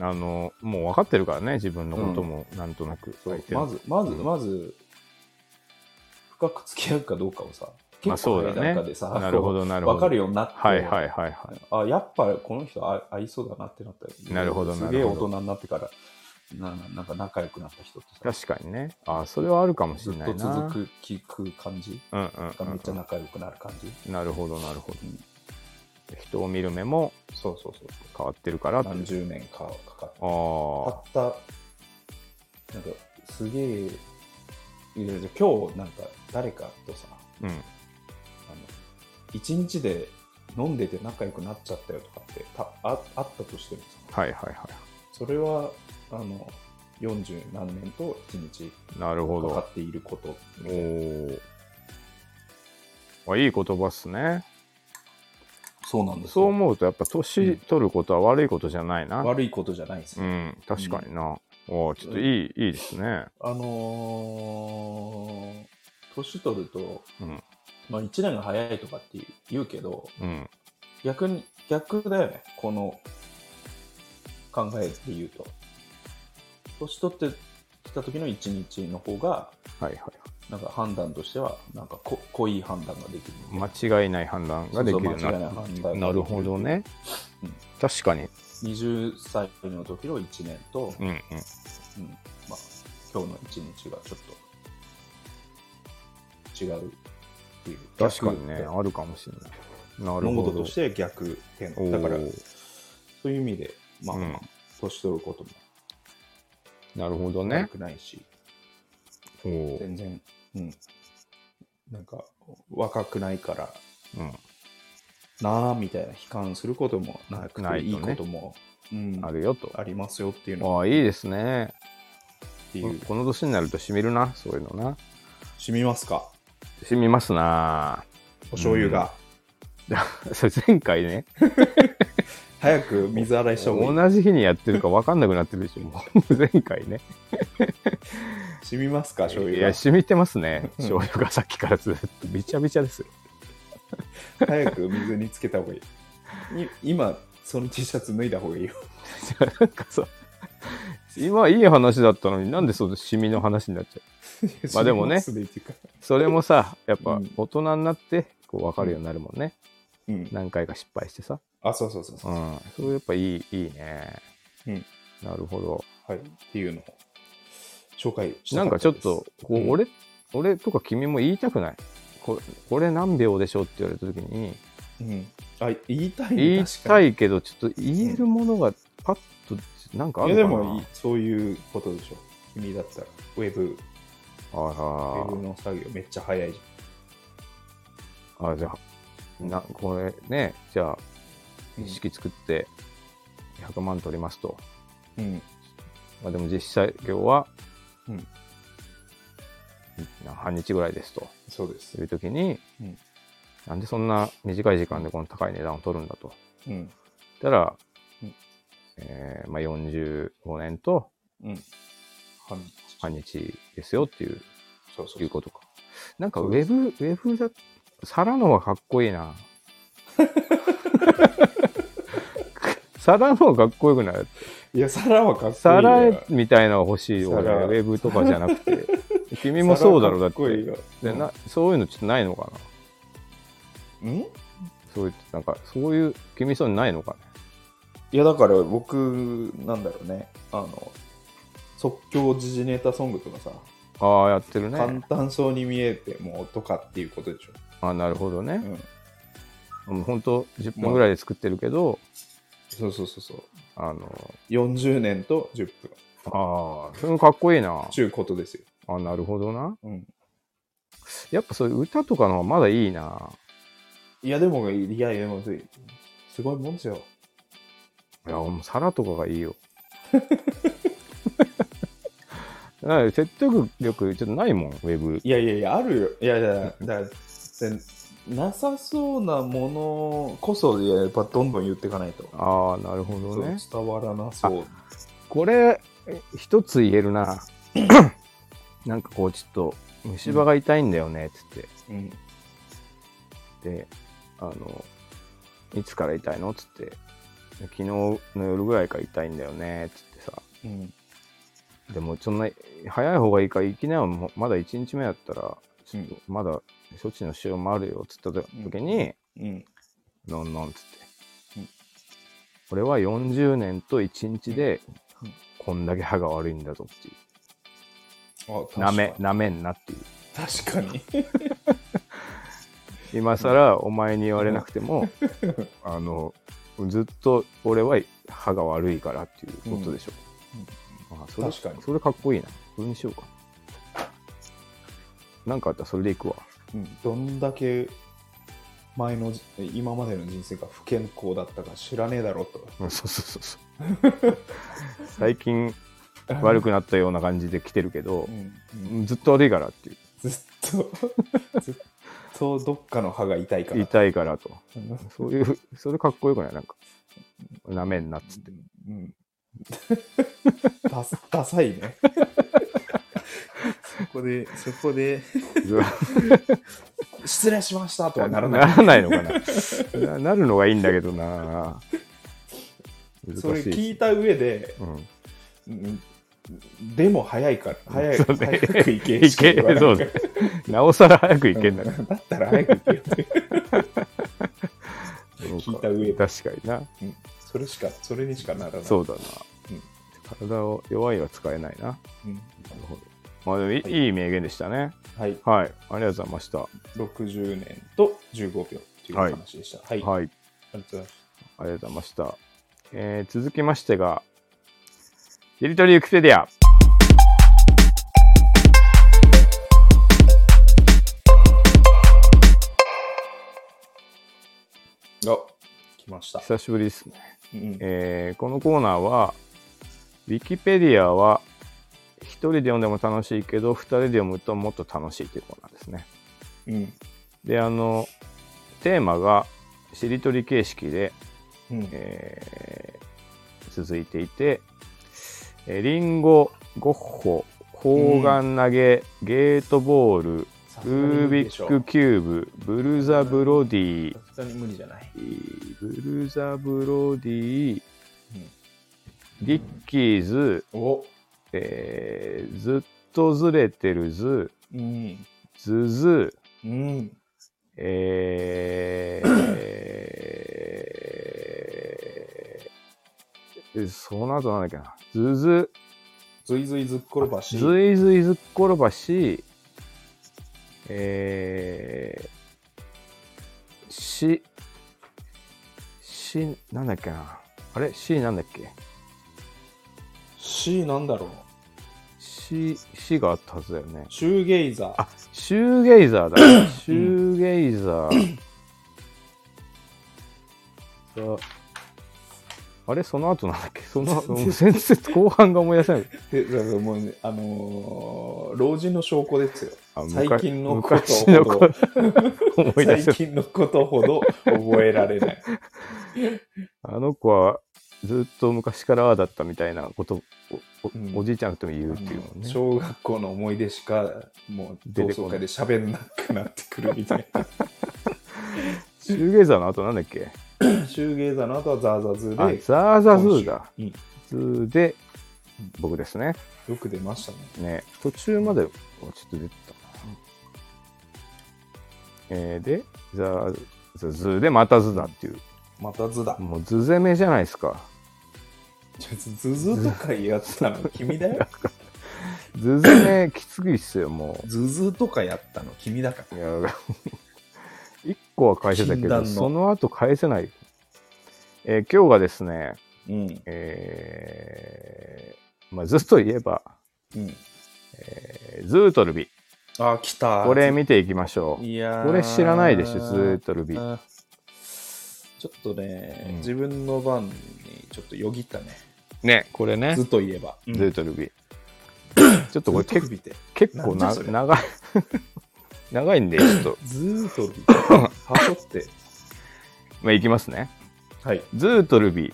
B: あのもう分かってるからね自分のこともなんとなく
A: そう
B: 相手の
A: まずまず
B: うん
A: まず深く付き合うかどうかをさ
B: まあ
A: 結構
B: そうだね
A: 早い中でさ、
B: なるほどなるほど
A: 分かるようになって、
B: はいはいはいは
A: あやっぱこの人あ合いそうだなってなったり
B: なるほど
A: すげえ
B: なる
A: 大
B: ほど
A: 人になってからななんか仲良くなった人ってさ
B: い確かにねあそれはあるかもし
A: ず
B: れ
A: っ
B: ない
A: と
B: な
A: 続く聞く感じ
B: うんうん
A: が
B: うん
A: めっちゃ仲良くなる感じ、
B: なるほどなるほど
A: うん
B: 人を見る目も
A: そうそうそう
B: 変わってるからって
A: 何十年かかか
B: あ
A: っ
B: あ
A: たなんかすげえ、いやいや今日なんか誰かとさ、
B: うん。
A: あの一日で飲んでて仲良くなっちゃったよとかってたああったとしてもさ
B: はいはいは
A: それはあの40何年と1日
B: い。なるほ
A: かか
B: ど。
A: っていること
B: おーあ。いい言葉っすね。
A: そうなんです
B: そう
A: よ
B: 思うと、やっぱ
A: う
B: 年
A: ん
B: 取ることは悪いことじゃないな。
A: 悪いことじゃないです、
B: うん、確かにな。おーちょっといい、いいですね。
A: あのー年取ると、
B: うん、
A: まあ、1年が早いとかって言うけど
B: うん。
A: 逆に逆だよねこの考えで言うと年取ってきた時の1日の方が
B: はいはい。
A: なんか判断としては、なんかこ濃い判断ができる。
B: 間違いない判断ができるように
A: そうそう間違いな
B: ない
A: 判断
B: なるほどね
A: うん。
B: 確かに。
A: 20歳の時の1年と、
B: うんう
A: うん
B: ん。
A: まあ、今日の1日がちょっと違うっていう。
B: 確かにね、
A: 逆
B: あるかもしれない。なる
A: 物
B: ほ
A: 事
B: ど
A: とし。て逆転。
B: おー
A: だから、そういう意味で、まあ、
B: うん
A: 年取ることも
B: なるほど
A: 悪
B: ね。
A: くないし、
B: おー
A: 全然、うん。なんか、若くないから、
B: うん。
A: なあみたいな悲観することもなくて、
B: ない
A: い
B: とね
A: いことも、うん、
B: あるよと。
A: ありますよっていうの
B: ああ、いいですね。
A: っていう。
B: この年になると染みるな、そういうのな。
A: 染みますか
B: 染みますな。
A: お 醤油が。
B: それ前回ね、
A: 早く水洗いした方がい
B: 同じ日にやってるか分かんなくなってるでしょ、もう前回ね。
A: い。染みますか醤
B: い
A: 油
B: や、
A: が。
B: 染みてますね。
A: うん
B: 醤油がさっきからずっとびちゃびちゃですよ。
A: 早く水につけた方がいい。い今、その T シャツ脱いだ方がいいよ。
B: なんかさ、 今いい話だったのになんでそうシミの話になっちゃうまあでもね
A: 染みますっていうか
B: それもさ、やっぱ
A: うん
B: 大人になってこう分かるようになるもんね。
A: うん。
B: 何回か失敗してさ。
A: あ、そうそうそうそうう、
B: ん。それやっぱいい、いいね。
A: うん
B: なるほど。
A: はい。っていうのを紹介した
B: なん
A: った
B: か
A: です
B: ちょっと、こう
A: うん
B: 俺、俺とか君も言いたくないここれ何秒でしょうって言われた時に、
A: うん。あ、言いたいね
B: 言い
A: 確
B: た
A: かに
B: いけど、ちょっと言えるものがパッと、なんかあ
A: いや
B: る
A: で
B: のかな
A: もいい、そういうことでしょ。君だったら、ウェブ、ウェブ
B: あ
A: の作業めっちゃ早いじ
B: らあ、じゃあ、な、これね、じゃあ、
A: ゃん。
B: 意識作って100万取りますと。
A: うん。
B: まあ、でも実際業は、
A: うん
B: な半日ぐらいですと
A: そうです
B: い。う時に、
A: うん
B: なんでそんな短い時間でこの高い値段を取るんだと。
A: うん。
B: たら、
A: うん
B: えーまあ、45年と
A: うん。半日。
B: 半日ですよっていう
A: そうそうそう
B: いうことか。なんか
A: そ
B: ウ
A: うで
B: ェブ、ウェブだ、サラのはかっこい いな。サラのはかっこよくない
A: いや、皿はかっこいいよ。
B: サラみたいなのが欲しい俺、ウ
A: 皿
B: ェブとかじゃなく て。君もそうだろ、だっ
A: 皿はかっこいい
B: て。
A: よ
B: でなそういうのちょっとないのかな
A: うんい
B: そういう、なんか、そういう、君そういうのないのかね
A: や、だから僕、なんだろうね、あの、即興時事ネタソングとかさ、
B: ああ、やってる
A: 簡
B: ね。
A: 単そうに見えてもとかっていうことでしょ。
B: あなるほどね。
A: うん。
B: もう本当10分ぐらいで作ってるけど、
A: そうそうそうそう。
B: あの、
A: 40年と10分。
B: ああ、それもかっこいいな。
A: ちゅうことですよ。
B: あなるほどな。
A: うん。
B: やっぱそういう歌とかの方がまだいいな。
A: いや、でも、いや、いや、もうすすごいもんですよ。
B: いや、もう皿とかがいいよ。 だから説得力ちょっとないもん、ウェブ。
A: いやいやいや、あるよ。いやいや、だからでなさそうなものこそ、いややっぱどんどん言っていかないと。
B: ああ、なるほど
A: そう
B: ね。
A: 伝わらなそう。
B: これ、え一つ言え るな。なんかこう、ちょっと、虫歯が痛いんだよね、つって。
A: うん。
B: で、あの、いつから痛いのつって。昨日の夜ぐらいから痛いんだよね、つってさ。
A: うん。
B: でも、そんな、早い方がいいから、いきなりもまだ1日目だったら、ちょっとまだ処置のしようもあるよ、つった時に、
A: うん。
B: のんのん、つって
A: うん。
B: これは40年と1日で
A: うん、
B: こんだけ歯が悪いんだぞっていう。
A: あ
B: なめ、なめんなっていう。
A: 確かに。
B: 今更お前に言われなくても、あの、ずっと俺は歯が悪いからっていうことでしょ。あそれ
A: 確かに
B: それかっこいいな。それにしようか。なんかあったらそれでいくわ。
A: うんどんだけ前のじ今までの人生が不健康だったか知らねえだろと
B: うんそうそうそうそう。最近悪くなったような感じで来てるけど
A: う、ん
B: ずっと悪いからってい
A: ず
B: う。
A: っと ずっとどっかの歯が痛いから
B: 痛いからと。
A: うん
B: そういう、それかっこよくないなんか。なめんなっ つって。
A: うんダサダサい ねそこでそこで失礼しましたとはならない
B: ないのかなな。なるのがいいんだけどな。難しい。
A: それ聞いた上で、
B: うん、
A: うんでも早いから早い
B: そうね
A: 早く 行け
B: いけ
A: って言われる
B: そうね。なおさら早くいけんだか
A: だったら早く行けって
B: ら。
A: 聞いた上で
B: 確かにな。
A: うんそれしかそれにしかならない
B: そうだな。
A: うん
B: 体を弱いは使えないな。な
A: うん
B: るほど。まあでもいい,、
A: はい
B: い、名言でしたね。
A: はい
B: はい。ありがとうございました。は
A: 60年と15秒という
B: はい。
A: 話でした。はいい。
B: あり
A: ありがとうございます
B: がとうございました。えー続きましてが、やりとりウィキペディア。
A: あ来ました。
B: 久しぶりですね。
A: うん
B: えーこのコーナーは、ウィキペディアは、一人で読んでも楽しいけど、二人で読むともっと楽しいというコーナーですね。
A: うん。
B: で、あの、テーマが、しりとり形式で、
A: うん。
B: えー続いていて、えーリンゴ、ゴッホ、砲丸投げ、ゲートボール、
A: さすがに
B: ルー
A: 無理
B: ビ
A: でしょ
B: ックキューブ、ブルザ・ブロディ、
A: さすがに無理じゃない。
B: ブルザ・ブロディ、
A: うん
B: リッキーズ、
A: お
B: えーずっとずれてるず、
A: うん。
B: ずず、
A: うん。
B: えーえその後なんだっけな。ずず、
A: ずいずいずっころばし。
B: ずいずいずっころばし、えー、し、し、なんだっけな。あれし、なんだっけ
A: しなんだろう。
B: し、しがあったはずだよね。
A: シューゲイザー。
B: あ、シューゲイザーだ。シューゲイザー。さあれその後なんだっけ その、もう全然後半が思い出せない。
A: でだからもうね、あのー老人の証拠ですよ
B: あ。昔
A: 最近のこ
B: 昔の
A: とほ
B: こ
A: ど、
B: 思
A: 最
B: い出せない。
A: 近のことほど覚えられない。
B: あの子はずっと昔からああだったみたいなことをお,、
A: うん
B: じいちゃんとも 言うっていうのね。
A: 小学校の思い出しかもう同
B: 出て
A: 窓
B: こな
A: 会
B: い
A: で喋んなくなってくるみたいな
B: シューゲイザーの後なんだっけ
A: シューゲイザーの後はザーザーズ
B: あ、
A: ーで
B: ザーザーズーだ。
A: 今週
B: ズーで、僕ですね。
A: うん、よく出ましたね
B: ね途中まではちょっと出てたかな、えーでザズズでまたズだっていう
A: また図だ
B: もうズ攻めじゃないですか
A: ちょズズとかやってたの君 だよ
B: ズ攻めきついっすよも
A: ズズとかやったの君だか
B: う
A: ら
B: いや 一個は返せたけ
A: 禁断
B: ど
A: の
B: その後返せない、えー今日がですね
A: うん
B: えーまあ、ズといえば、
A: うん
B: えーズートルビ
A: あ来た
B: これ見ていきましょう
A: いやー
B: これ知らないでしょズートルビ
A: あちょっとね、
B: うん
A: 自分の番にちょっとよぎったね
B: ねこれね
A: 図といえば、
B: ズートルビ ちょっとこれ
A: ズート
B: 結構
A: ルビって
B: 結構
A: なんじ
B: な
A: ゃそれ
B: 長い 長いんでちょっと
A: ズートルビ はしょって
B: まあいきますね
A: はい
B: ズートルビ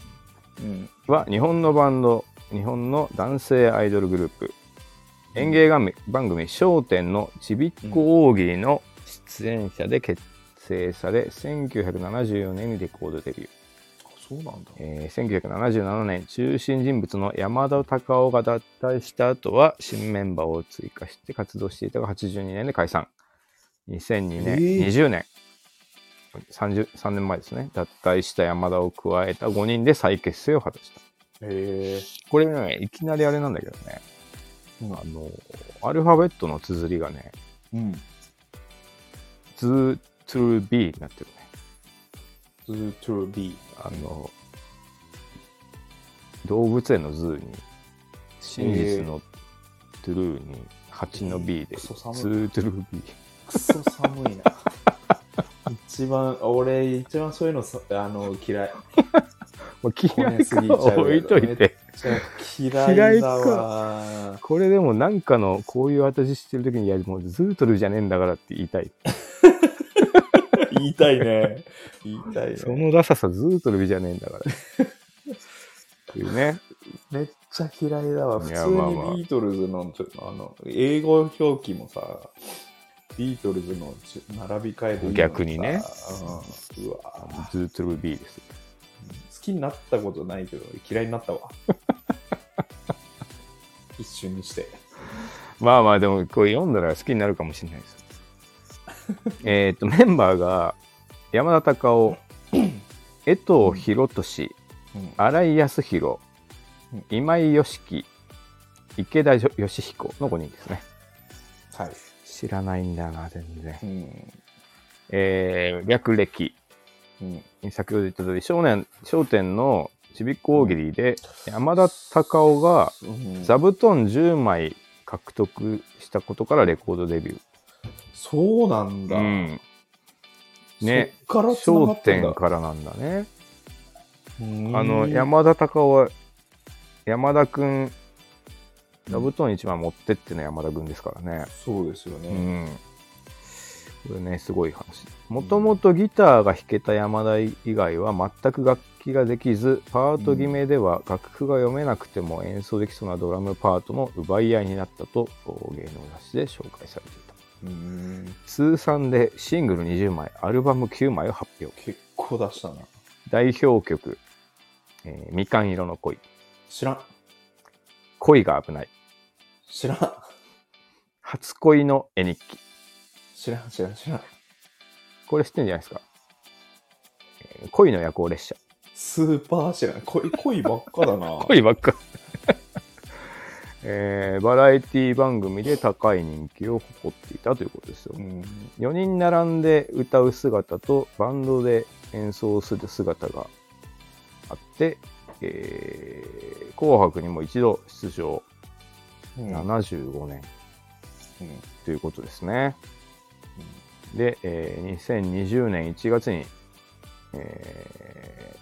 A: うん
B: は日本のバンド日本の男性アイドルグループ演芸番組番組『笑点』のちびっこ大喜利の出演者で結成され1974年にレコードデビュー、
A: そうなんだ
B: えー1977年中心人物の山田隆夫が脱退した後は新メンバーを追加して活動していたが82年で解散2002年、
A: えー
B: 20年30 3年前ですね脱退した山田を加えた5人で再結成を果たした
A: へえ
B: これねいきなりあれなんだけどね
A: うん
B: あのアルファベットの綴りがね
A: うん
B: 「2 to B」になってるね
A: ズートルビ
B: あの動物園のズーに真実のトゥルーに8の B で、
A: ク
B: ツ
A: ソ寒い
B: ートゥルー B。
A: くそ寒 いな。一番、俺、一番そういうのさ、あの、 嫌い。
B: まあ、嫌いか
A: こねすぎちゃうやつ
B: 置いといて。
A: 嫌いだわ。
B: これでもなんかのこういう私してる時にいやもうズートルじゃねえんだからって言いたい、
A: 言いたいね。言いたいね。
B: そのダサさズートルじゃねえんだからっていうね
A: めっちゃ嫌いだわ。普
B: い
A: 通
B: や
A: にビ
B: まあまあ
A: ートルズの、ちょあの、英語表記もさ、ビートルズのち並び替えでいいのにさ
B: 逆にね。
A: うんうわ好
B: ズートル B です
A: きになったことないけど、嫌いになったわ。 一瞬にして。
B: まあまあでもこれ読んだら好きになるかもしれないです えっとメンバーが山田隆 夫江藤博俊
A: うん
B: 新井康弘
A: うん
B: 今井良樹池田義彦の5人ですね
A: はい。
B: 知らないんだよな全然
A: うん。
B: えー略歴
A: うん。
B: 先ほど言った通り少年商店のちびっこ大喜利で山田隆夫が
A: うん
B: 座布団10枚獲得したことからレコードデビュ
A: そうなんだ。
B: ー、ね
A: そっから繋が
B: 商
A: ってん
B: 店
A: だ。
B: からなんだね
A: うん
B: あの山田隆夫は山田くん座布団1枚持ってっての山田くんですからね
A: そうですよ
B: う
A: ね。
B: んこれねすごい話もともとギターが弾けた山田以外は全く楽器ができずパート決めでは楽譜が読めなくても演奏できそうなドラムパートの奪い合いになったと芸能雑誌で紹介されていた
A: うん。
B: 通算でシングル20枚アルバム9枚を発表
A: 結構出したな。
B: 代表曲、えーみかん色の恋」
A: 知らん。
B: 「恋が危ない」
A: 知らん。
B: 「初恋の絵日記
A: 知らん、知らん、知らん。」
B: これ知ってんじゃないですか「えー恋の夜行列車」
A: スーパー知らん。恋、恋ばっかだな。
B: 恋ばっか、えーバラエティ番組で高い人気を誇っていたということですよ
A: う
B: ね、
A: ん。
B: 4人並んで歌う姿とバンドで演奏する姿があって「えー紅白」にも一度出場
A: うん
B: 75年
A: うん
B: ということですね、で、えー2020年1月に、えー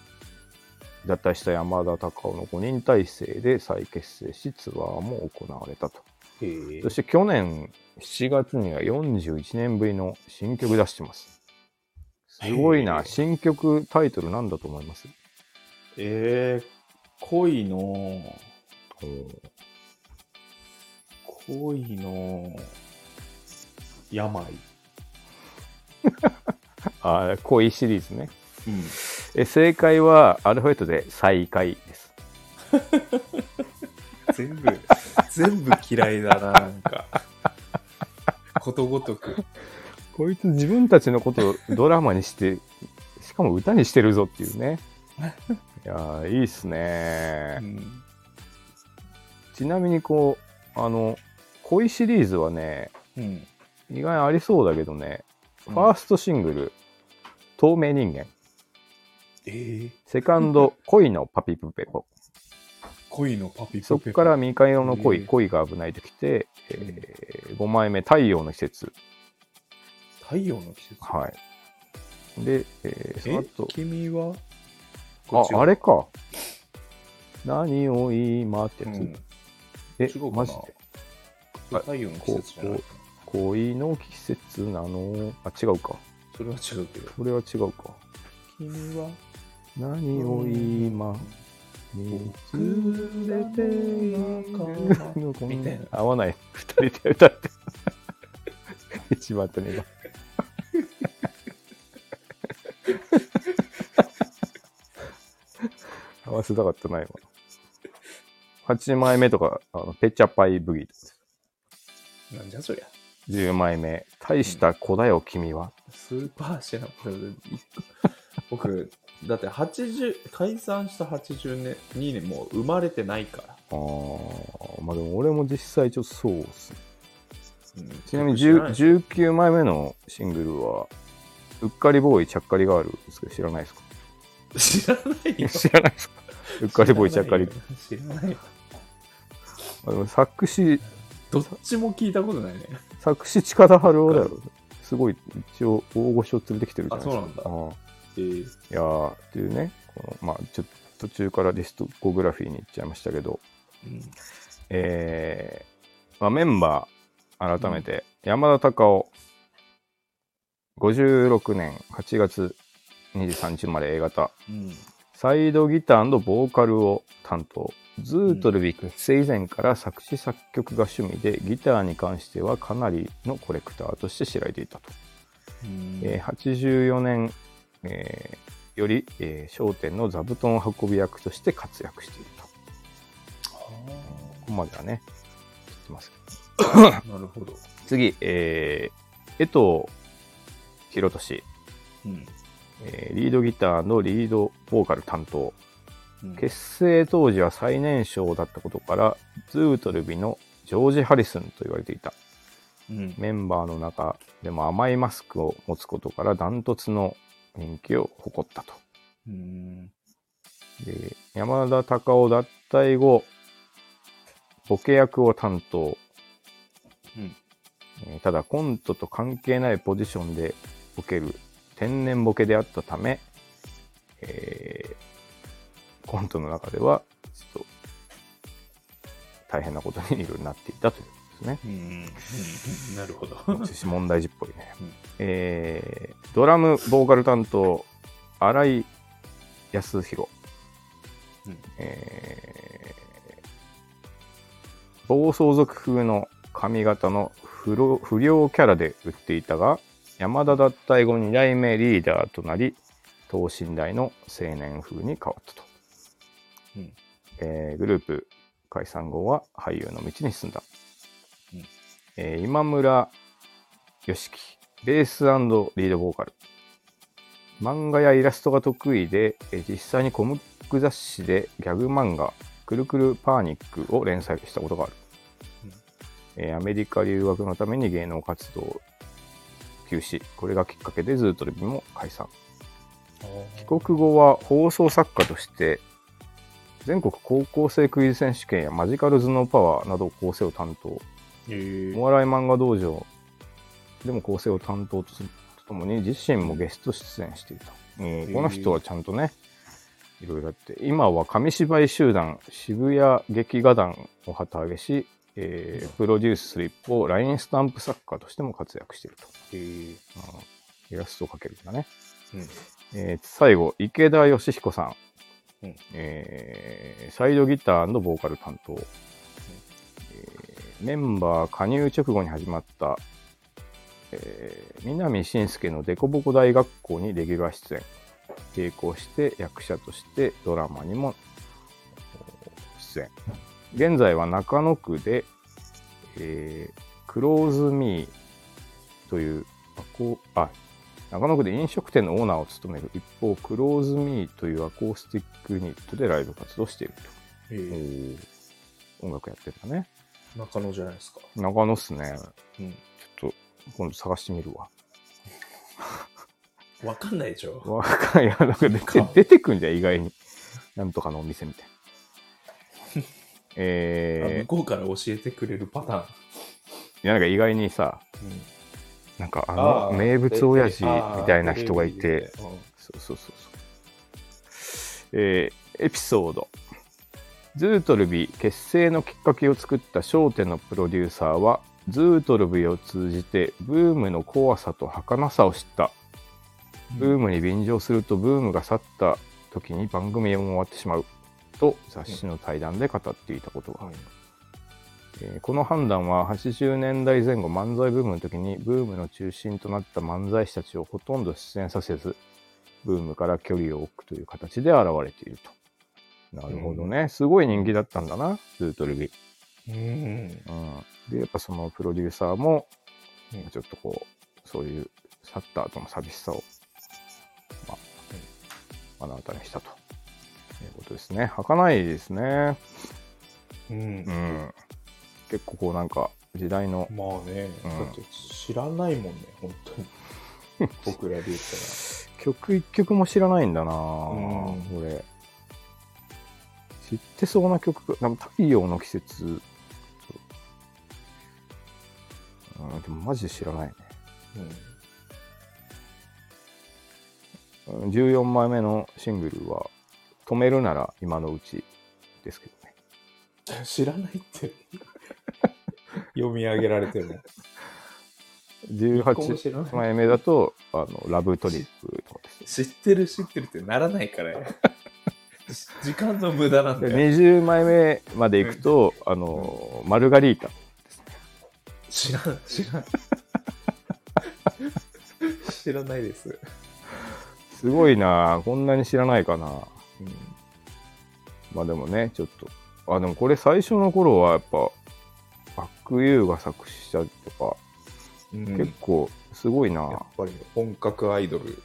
B: 脱退した山田隆夫の5人体制で再結成しツアーも行われたと
A: へえ
B: そ。して去年7月には41年ぶりの新曲出してますすごい
A: へ
B: な
A: ー
B: 新曲タイトルなんだと思います
A: えー、恋の、恋の、病。
B: あー恋シリーズね
A: うん。
B: え正解はアルファベットで「再会」です
A: 全部、 全部嫌いだな、なんか。ことごとく。
B: こいつ自分たちのことをドラマ にして、しかも歌にしてるぞっていうね。いやーいいっす
A: う
B: ね。
A: ん。
B: ちなみにこう、あの、恋シリーズはね、
A: うん。
B: 意外にありそうだけどね、
A: うん
B: ファーストシングル、透明人間。
A: えー、
B: セカンド、恋のパピプペポ。
A: 恋のパピプペポ
B: そこから未開色の
A: へ
B: 恋、
A: ー
B: 恋が危ないときて、え5枚目、太陽の季節。
A: 太陽の季節。
B: はい。で、えーその
A: え
B: 後、
A: 君は
B: あ、あ
A: れ
B: れか。何を今って
A: う
B: やつ。
A: ん。
B: え
A: 違うか、な
B: マジであ
A: 太陽の季節じゃない
B: こ恋の季節なのあ、違うか。
A: それは違うけど。
B: これは違うか。
A: 君は
B: 何を今、見つれているのか
A: みたいな
B: 合わない。二人で歌って。一番とねば。合わせたかったな、今。8枚目とか、あのペチャパイブギーとかです。
A: なんじゃそりゃ。
B: 10枚目「大した子だよ君は
A: スーパーシェラプロで。 僕、だって80、解散した80年、2年もう生まれてないから。」
B: あーまあでも俺も実際ちょっとそうっすね
A: うん
B: ちなみに
A: 知らない
B: 10 19枚目のシングルは「うっかりボーイちゃっかりガール」ですけど知らないです
A: 知
B: か
A: らないよ。
B: 知らない ですかうっかりボーイちゃっかり
A: 知らないよ。
B: あの作詞
A: どっちも聞いたことないね。
B: 作詞力春夫だよ。すごい、一応大御所連れてきてるじゃないですか。
A: あそう
B: なんだ。
A: えー
B: いやーっていうね、このまあ、ちょっと途中からリストコグラフィーに行っちゃいましたけど、
A: うん
B: えーまあ、メンバー、改めて、山田隆夫、56年8月23日生まれ A 型、
A: うん
B: サイドギターボーカルを担当。ズートルビック結成以前から作詞作曲が趣味でギターに関してはかなりのコレクターとして知られていたと。
A: うん
B: えー84年、えーより、えー商店の座布団運び役として活躍していると。ここまではね、知ってますけど。
A: あーなるほど。
B: 次、えー、江藤博俊、
A: うん
B: えーリードギターのリードボーカル担当。
A: うん
B: 結成当時は最年少だったことから、ズートルビのジョージ・ハリスンと言われていた。
A: うん
B: メンバーの中でも甘いマスクを持つことからダントツの人気を誇ったと。
A: うん
B: で山田隆夫脱退後ボケ役を担当、
A: うん。
B: えーただコントと関係ないポジションでボケる天然ボケであったため、えーコントの中ではちょっと大変なことにいろいろなっていたということですね
A: うんうんなる ほど。
B: 趣旨問題児っぽいね、
A: うん
B: えードラムボーカル担当新井康弘
A: うん
B: えー暴走族風の髪型の不良不良キャラで売っていたが山田脱退後2代目リーダーとなり等身大の青年風に変わったと、
A: うん
B: えーグループ解散後は俳優の道に進んだ、
A: うん
B: えー今村良樹ベースリードボーカル漫画やイラストが得意で、えー実際にコミック雑誌でギャグ漫画「くるくるパーニック」を連載したことがある、
A: うん
B: えーアメリカ留学のために芸能活動を休止これがきっかけでズートルビも解散帰国後は放送作家として全国高校生クイズ選手権やマジカル頭脳パワーなど構成を担当
A: えー
B: お笑い漫画道場でも構成を担当とするとともに自身もゲスト出演していた、もう
A: ー
B: この人はちゃんとねいろいろあって今は紙芝居集団渋谷劇画団を旗揚げし、えープロデュースする一方 LINE スタンプ作家としても活躍していると、
A: えー
B: うんイラストを描けるんだね
A: うん
B: えー最後、池田義彦さん、
A: うん
B: えーサイドギターボーカル担当、えーメンバー加入直後に始まった、えー南信介のデコボコ大学校にレギュラー出演、並行して役者としてドラマにも出演。現在は中野区で、えークローズミーという、あこうあ中野区で飲食店のオーナーを務める一方、クローズミーというアコースティックユニットでライブ活動している
A: え
B: と。
A: ー
B: 音楽やってるんだね。
A: 中野じゃないですか。
B: 中野っすね。
A: うん
B: ちょっと今度探してみ るわ。
A: わかんないでしょ。
B: 若い、いや、なんか出て
A: か
B: 出てくんじゃん、意外に。なんとかのお店みたいな。 え
A: 向こうから教えてくれるパターン。
B: ー、いや、なんか意外にさ、
A: うん
B: なんかあの名物親父みたいな人がいて、。
A: あー
B: そうそうそうそう。えーエピソード。ズートルビ結成のきっかけを作った商店のプロデューサーは、ズートルビを通じてブームの怖さと儚さを知った。ブームに便乗するとブームが去った時に番組も終わってしまう。と雑誌の対談で語っていたことがある、えーこの判断は80年代前後漫才ブームの時にブームの中心となった漫才師たちをほとんど出演させずブームから距離を置くという形で現れていると。なるほどね、すごい人気だったんだなズートルビ、
A: うん。
B: うん、でやっぱそのプロデューサーも
A: うん
B: ちょっとこうそういう去った後の寂しさを、まあ、目の当たりにしたということですね儚いですね
A: うん
B: う。ん結構こうなんか時代の
A: まあね、
B: うん
A: だって知らないもんね、本当に。 僕らで言っ
B: 曲一曲も知らないんだな、ぁ
A: ん
B: これ知ってそうな曲が「なんか太陽の季節」うん、でもマジで知らないね。うん14枚目のシングルは、止めるなら今のうちですけどね。
A: 知らない って。読み上げられても。
B: 18
A: 知らない。
B: 枚目だと、あの、ラブトリップとかです。
A: 知ってる知ってるってならないから よ。時間の無駄なん
B: で
A: だよ。
B: 20枚目までいくと、あの、マルガリータ。
A: 知らん、知らん。 知らないです。
B: すごいなあこんなに知らないかな
A: うん
B: まあでもね、ちょっと。あ、でもこれ最初の頃はやっぱ、バックユーが作詞したりとか、
A: うん
B: 結構すごいな、
A: やっぱり本格アイドル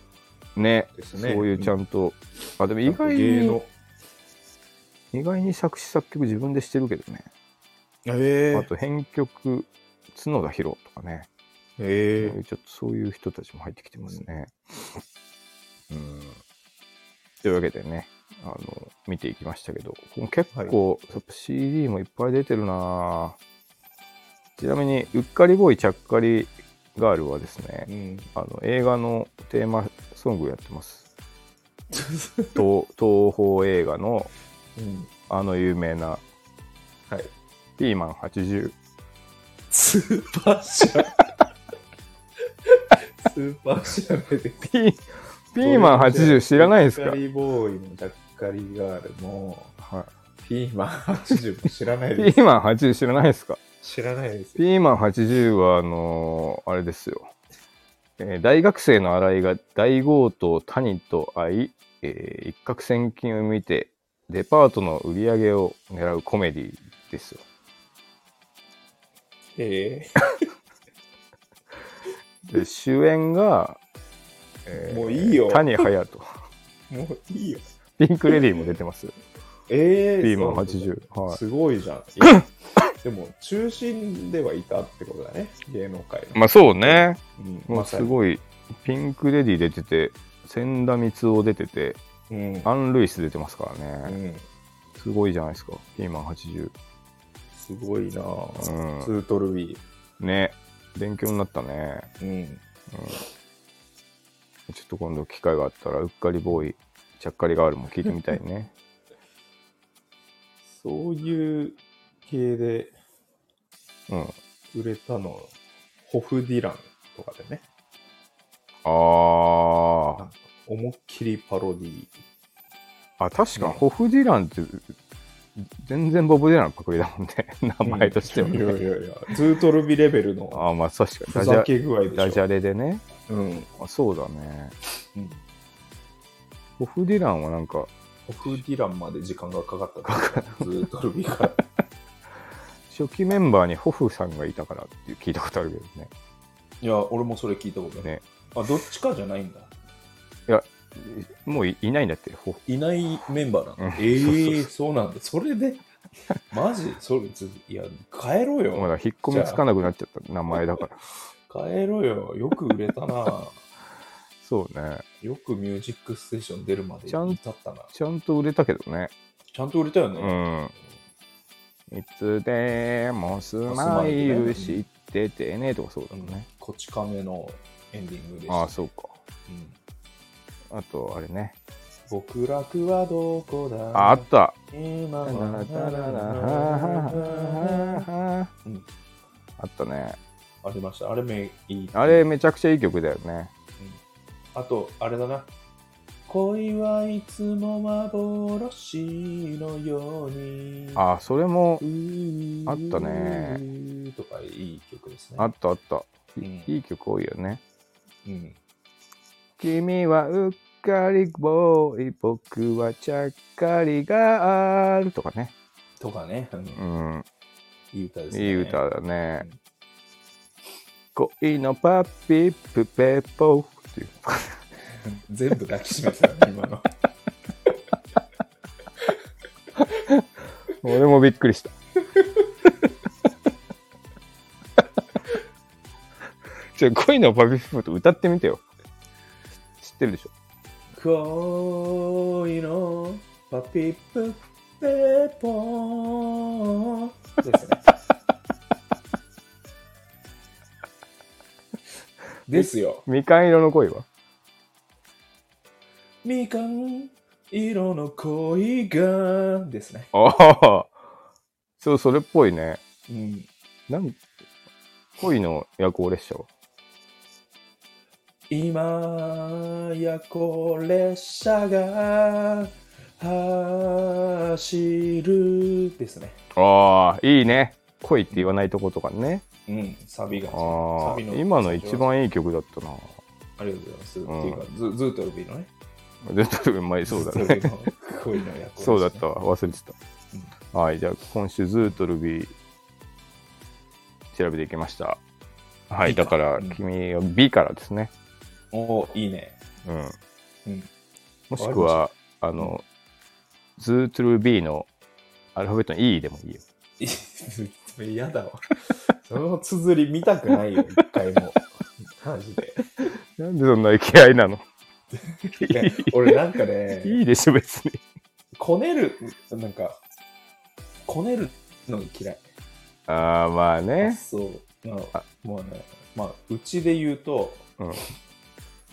B: ね
A: ですね
B: そういうちゃんと、あでも
A: 意
B: 意外に意外に作詞作曲自分でしてるけどね、
A: え
B: あと編曲角田博とかね、
A: え
B: そういうちょっとそういう人たちも入ってきてますね、うん、というわけでねあの見ていきましたけどこの結構、やっぱ CD もいっぱい出てるなちなみにうっかりボーイちゃっかりガールはですね、
A: うん、
B: あの映画のテーマソングやってます 東東宝映画の
A: うん、
B: あの有名な
A: はい
B: ピーマン80
A: スーパーシャスーパーシャベで
B: ピーピーマン80知らないです
A: ジャ
B: か
A: ッカ、リボーイもジャッカリガールも
B: は
A: ピーマン80も知らない
B: い、ピ
A: です
B: ーマン80知らないですか
A: 知らないです
B: ピーマン80はあのーあれですよ、えー大学生の新井が大強盗谷と会い、えー一攫千金を見てデパートの売り上げを狙うコメディですよ
A: え
B: で主演が、え
A: もういいよ
B: 谷隼人
A: えもういいよ
B: ピンク・レディーも出てますよ
A: ええ
B: ピーマン80。はい。
A: すごいじゃんい やでも中心ではいたってことだね芸能界の、
B: まあそうね。
A: うん
B: もうす
A: い、
B: ごい、ピンク・レディー出てて、千田光雄出てて、
A: うん
B: アン・ルイス出てますから
A: う
B: ね。
A: ん、
B: すごいじゃないですか。ピーマン80。
A: すごいなぁツ
B: う
A: ートルビー
B: ん。ね。勉強になったね。
A: うん、
B: ちょっと今度機会があったら、うっかりボーイ、ちゃっかりガールも聞いてみたいね。
A: そういう系で
B: うん。あ
A: 売れたのはホフ・ディランとかでねなん。
B: ー
A: か思いっきりパロディ
B: あ、確か、
A: ね
B: ホフ・ディランって、全然ボブ・ディランのパクリだもんね。名前としては、
A: い
B: ね
A: やいやいやツートルビレベルの
B: あーまあ確か
A: ふ
B: に。ダ
A: ざ
B: ジャ
A: け具合でしょ
B: ダジャレでね。
A: うん
B: あそうだね。
A: うん
B: ホフ・ディランはなんか、
A: ホフ・ディランまで時間がかかったからツートルビが
B: 初期メンバーにホフさんがいたからっていう聞いたことあるけどね。
A: いや俺もそれ聞いたことない、
B: ね
A: あどっちかじゃないんだ
B: もういいないんだって、ホフ。
A: いないメンバーなんだ、
B: うん
A: ええ
B: そうそう
A: ー、そうなんだそれ でマジそれずいや帰ろうよ、
B: まだ引っ込みつかなくなっちゃった名前だから。
A: 帰ろよ。よく売れたな。
B: そうね。
A: よくミュージックステーション出るまで
B: ちゃん
A: 言い立ったな。
B: ちゃんと売れたけどね。
A: ちゃんと売れたよ
B: う
A: ね。
B: ん。いつでもスマイル知っててねとかそうだもんね。
A: こち亀のエンディングでした。
B: ああ、そうか。
A: うん
B: あと、あれね。
A: 極楽はどこだ
B: あ、あった。
A: 今
B: あ
A: はうん
B: ったね。
A: ありました。あれめいい。
B: あれめちゃくちゃいい曲だよね。
A: あと、あれだな。恋はいつも幻のように。
B: ああ、それも
A: うー
B: あったね。
A: とかいい曲ですね。
B: あったあった。い
A: うん
B: いい曲多いよね。
A: うん
B: 君はうっかりボーイ、僕はちゃっかりガールとかね。
A: とかね、うん
B: うん、
A: いい歌です
B: い
A: ね。
B: い歌だね。恋のパピプペポっていう。
A: 全部抱きしめてたね、今 の。
B: 俺もびっくり した。じゃ恋のパピプペポ歌ってみてよ。知ってるでしょ。
A: 恋のパピプペ ポーですね。ですよ。
B: みかん色の恋は
A: みかん色の恋がですね。
B: ああ。そう、それっぽいね。
A: うん。
B: なん恋の夜行列車は
A: 今やこ列車が走るですね。
B: ああ、いいね。恋って言わないとことかね。
A: うん、サビが。
B: あ
A: サ
B: あ、
A: ビ
B: 今の一。番いい曲だったな。
A: ありがとうございます。
B: ん
A: っていうか、ずずーっとルビーのね。
B: 絶対うまい、 そうだ
A: ず
B: ね
A: ー。っとルビーの恋の役、
B: そうだっ。たわ、忘れてた。はい、じゃあ今週ずーっと Ruby 調べていきました。はい、
A: B か
B: だから
A: うん
B: 君は B からですね。
A: おーいいね。
B: うん。
A: うん。
B: もしくは、あの、ずーっと Ruby のアルファベットの E でもいいよ。
A: いそれ嫌だわ。その綴り見たくないよ、一回も。マジで。
B: なんでそんな気合いなの
A: いや俺なんかね、
B: いいでしょ、別に。
A: こねる、なんか、こねるの嫌い。
B: ああ、まあね。
A: そう。まあ
B: あ、
A: もうね、まあ、うちで言うと、
B: うん。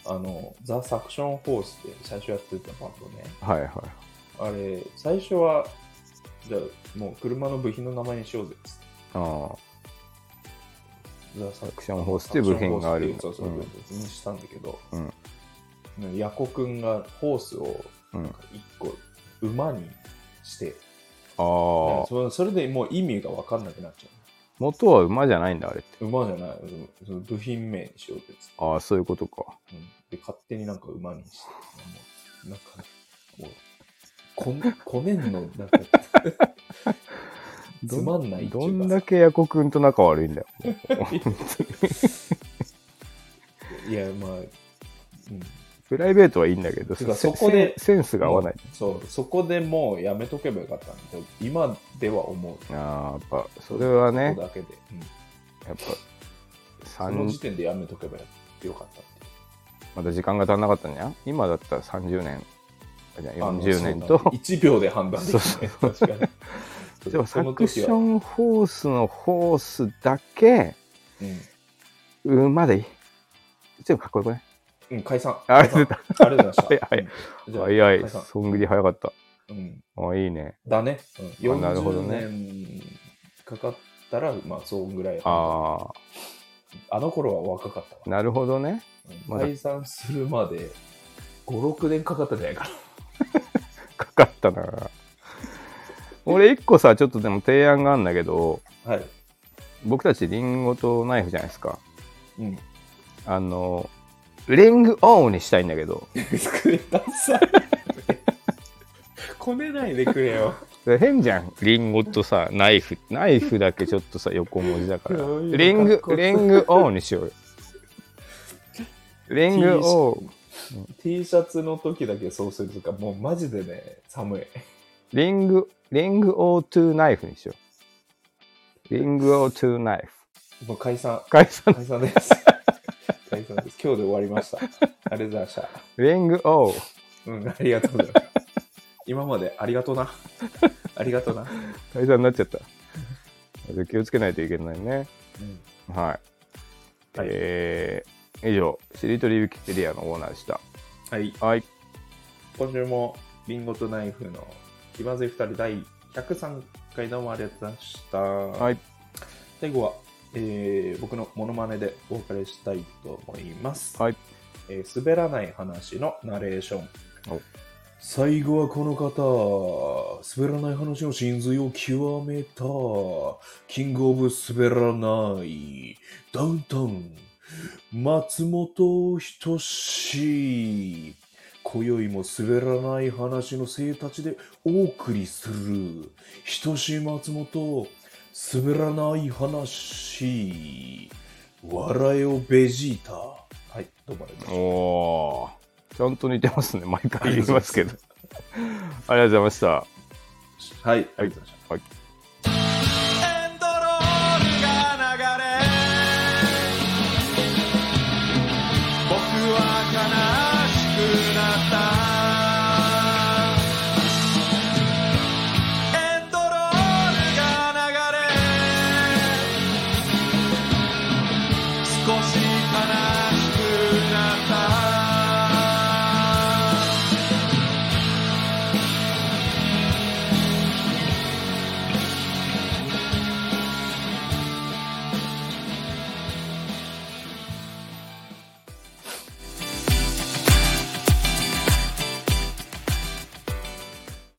A: あの、ザ・サクション・ホースって最初やってたバンドね。
B: はいはい。
A: あれ、最初は、じゃあもう車の部品の名前にしようぜっつって。
B: ああ、
A: ザ・サ
B: アクションホースっていう部品があるんだ。
A: そうそう、部品にしたんだけど、
B: うん
A: ねヤコくんがホースを
B: うん。あ
A: 一個馬にして、
B: あ
A: ね
B: ー、
A: そそれでもう意味が分かんなくなっちゃ
B: 元は馬じゃないんだ、あれって。
A: う。馬じゃない、その部品名にしようぜっつって。
B: ああ、そういうことか。
A: うんで、勝手になんか馬にして、もうなんかね、もう、こん こねんの、なんか、つまんないって
B: ど
A: い
B: ん
A: う
B: だ
A: か
B: けヤコ君と仲悪いんだよ。
A: さ、いや、まあ、うん、
B: プライベートはいいんだけど、
A: てか
B: せ
A: そこで
B: せセンスが合わない。
A: そう、そこでもうやめとけばよかったんだけど、今では思う。
B: ああ、やっぱ、それはね
A: そこ、だけで。うん
B: やっぱ、
A: その時
B: 三
A: 点でやめとけばよかったって
B: まだ時間が足んなかったんじゃん今だったら30年、あじゃあ
A: いう。
B: 40年
A: あのそうだ
B: と
A: ね、1秒で判断できるね。確かに。
B: でもサクショ
A: ン。
B: ンホースのホースだけ、
A: うん
B: 馬でいい。ちょっとかっこよくね。
A: うん、解散。
B: あ
A: 解散
B: 出た
A: ありがとうございました。
B: 早い
A: うんじゃあ
B: 早い、
A: 解散
B: そんぐり早かった。
A: うん
B: ああ、いいね。
A: だね。うん、
B: あなるほど
A: 40年
B: ね
A: かかったら、まあ、そんぐらい。
B: あ
A: あの頃は若かった
B: あ、
A: わ。
B: なるほどね。
A: うん
B: まだ
A: 解散するまで5、6年かかったんじゃないかな。
B: かかったな。俺一個さ、ちょっとでも提案があるんだけど、
A: はい。
B: 僕たちリンゴとナイフじゃないですか。
A: うん。
B: あの、リングオンにしたいんだけど、
A: くれたさ。こねないでくれ よ。
B: 変じゃん。リンゴとさ、ナイフ。ナイフだけちょっとさ、横文字だから。
A: どういう
B: リング
A: 格好、
B: リングオンにしよ うよ。リングオン、
A: T シャツの時だけそうするとか、もうマジでね、寒い。
B: リング、リングオートゥーナイフにしよう。リングオートゥーナイフ。
A: もう解散。
B: 解散。
A: 解散です。 解散です。今日で終わりました。ありがとうございました。
B: リングオー。
A: うん、ありがとうございます。今までありがとうな。ありがとうな。
B: 解散になっちゃった。気をつけないといけないね。
A: うん
B: はい。
A: はい
B: えー、以上、しりとりウィキペディアのオーナーでした。
A: はい。
B: はい。
A: 今週もリンゴとナイフの気まずい2人第103回どうもありがとうございました。
B: はい。
A: 最後は、えー僕のモノマネでお別れしたいと思います。
B: はい。
A: えー滑らない話のナレーション
B: お。
A: 最後はこの方、滑らない話の真髄を極めた、キングオブ滑らない、ダウンタウン、松本人志。今宵も滑らない話の生たちでお送りする、人志松本、滑らない話、笑えをベジータ。はい、どうもありがとうございました。
B: おーちゃんと似てますね。毎回言いますけど。 ありがとうございました。
A: はい、あ
B: はい
A: りがとうございました。
B: はい
C: エンドロールが流れ僕は悲しくなったエンドロールが流れ少し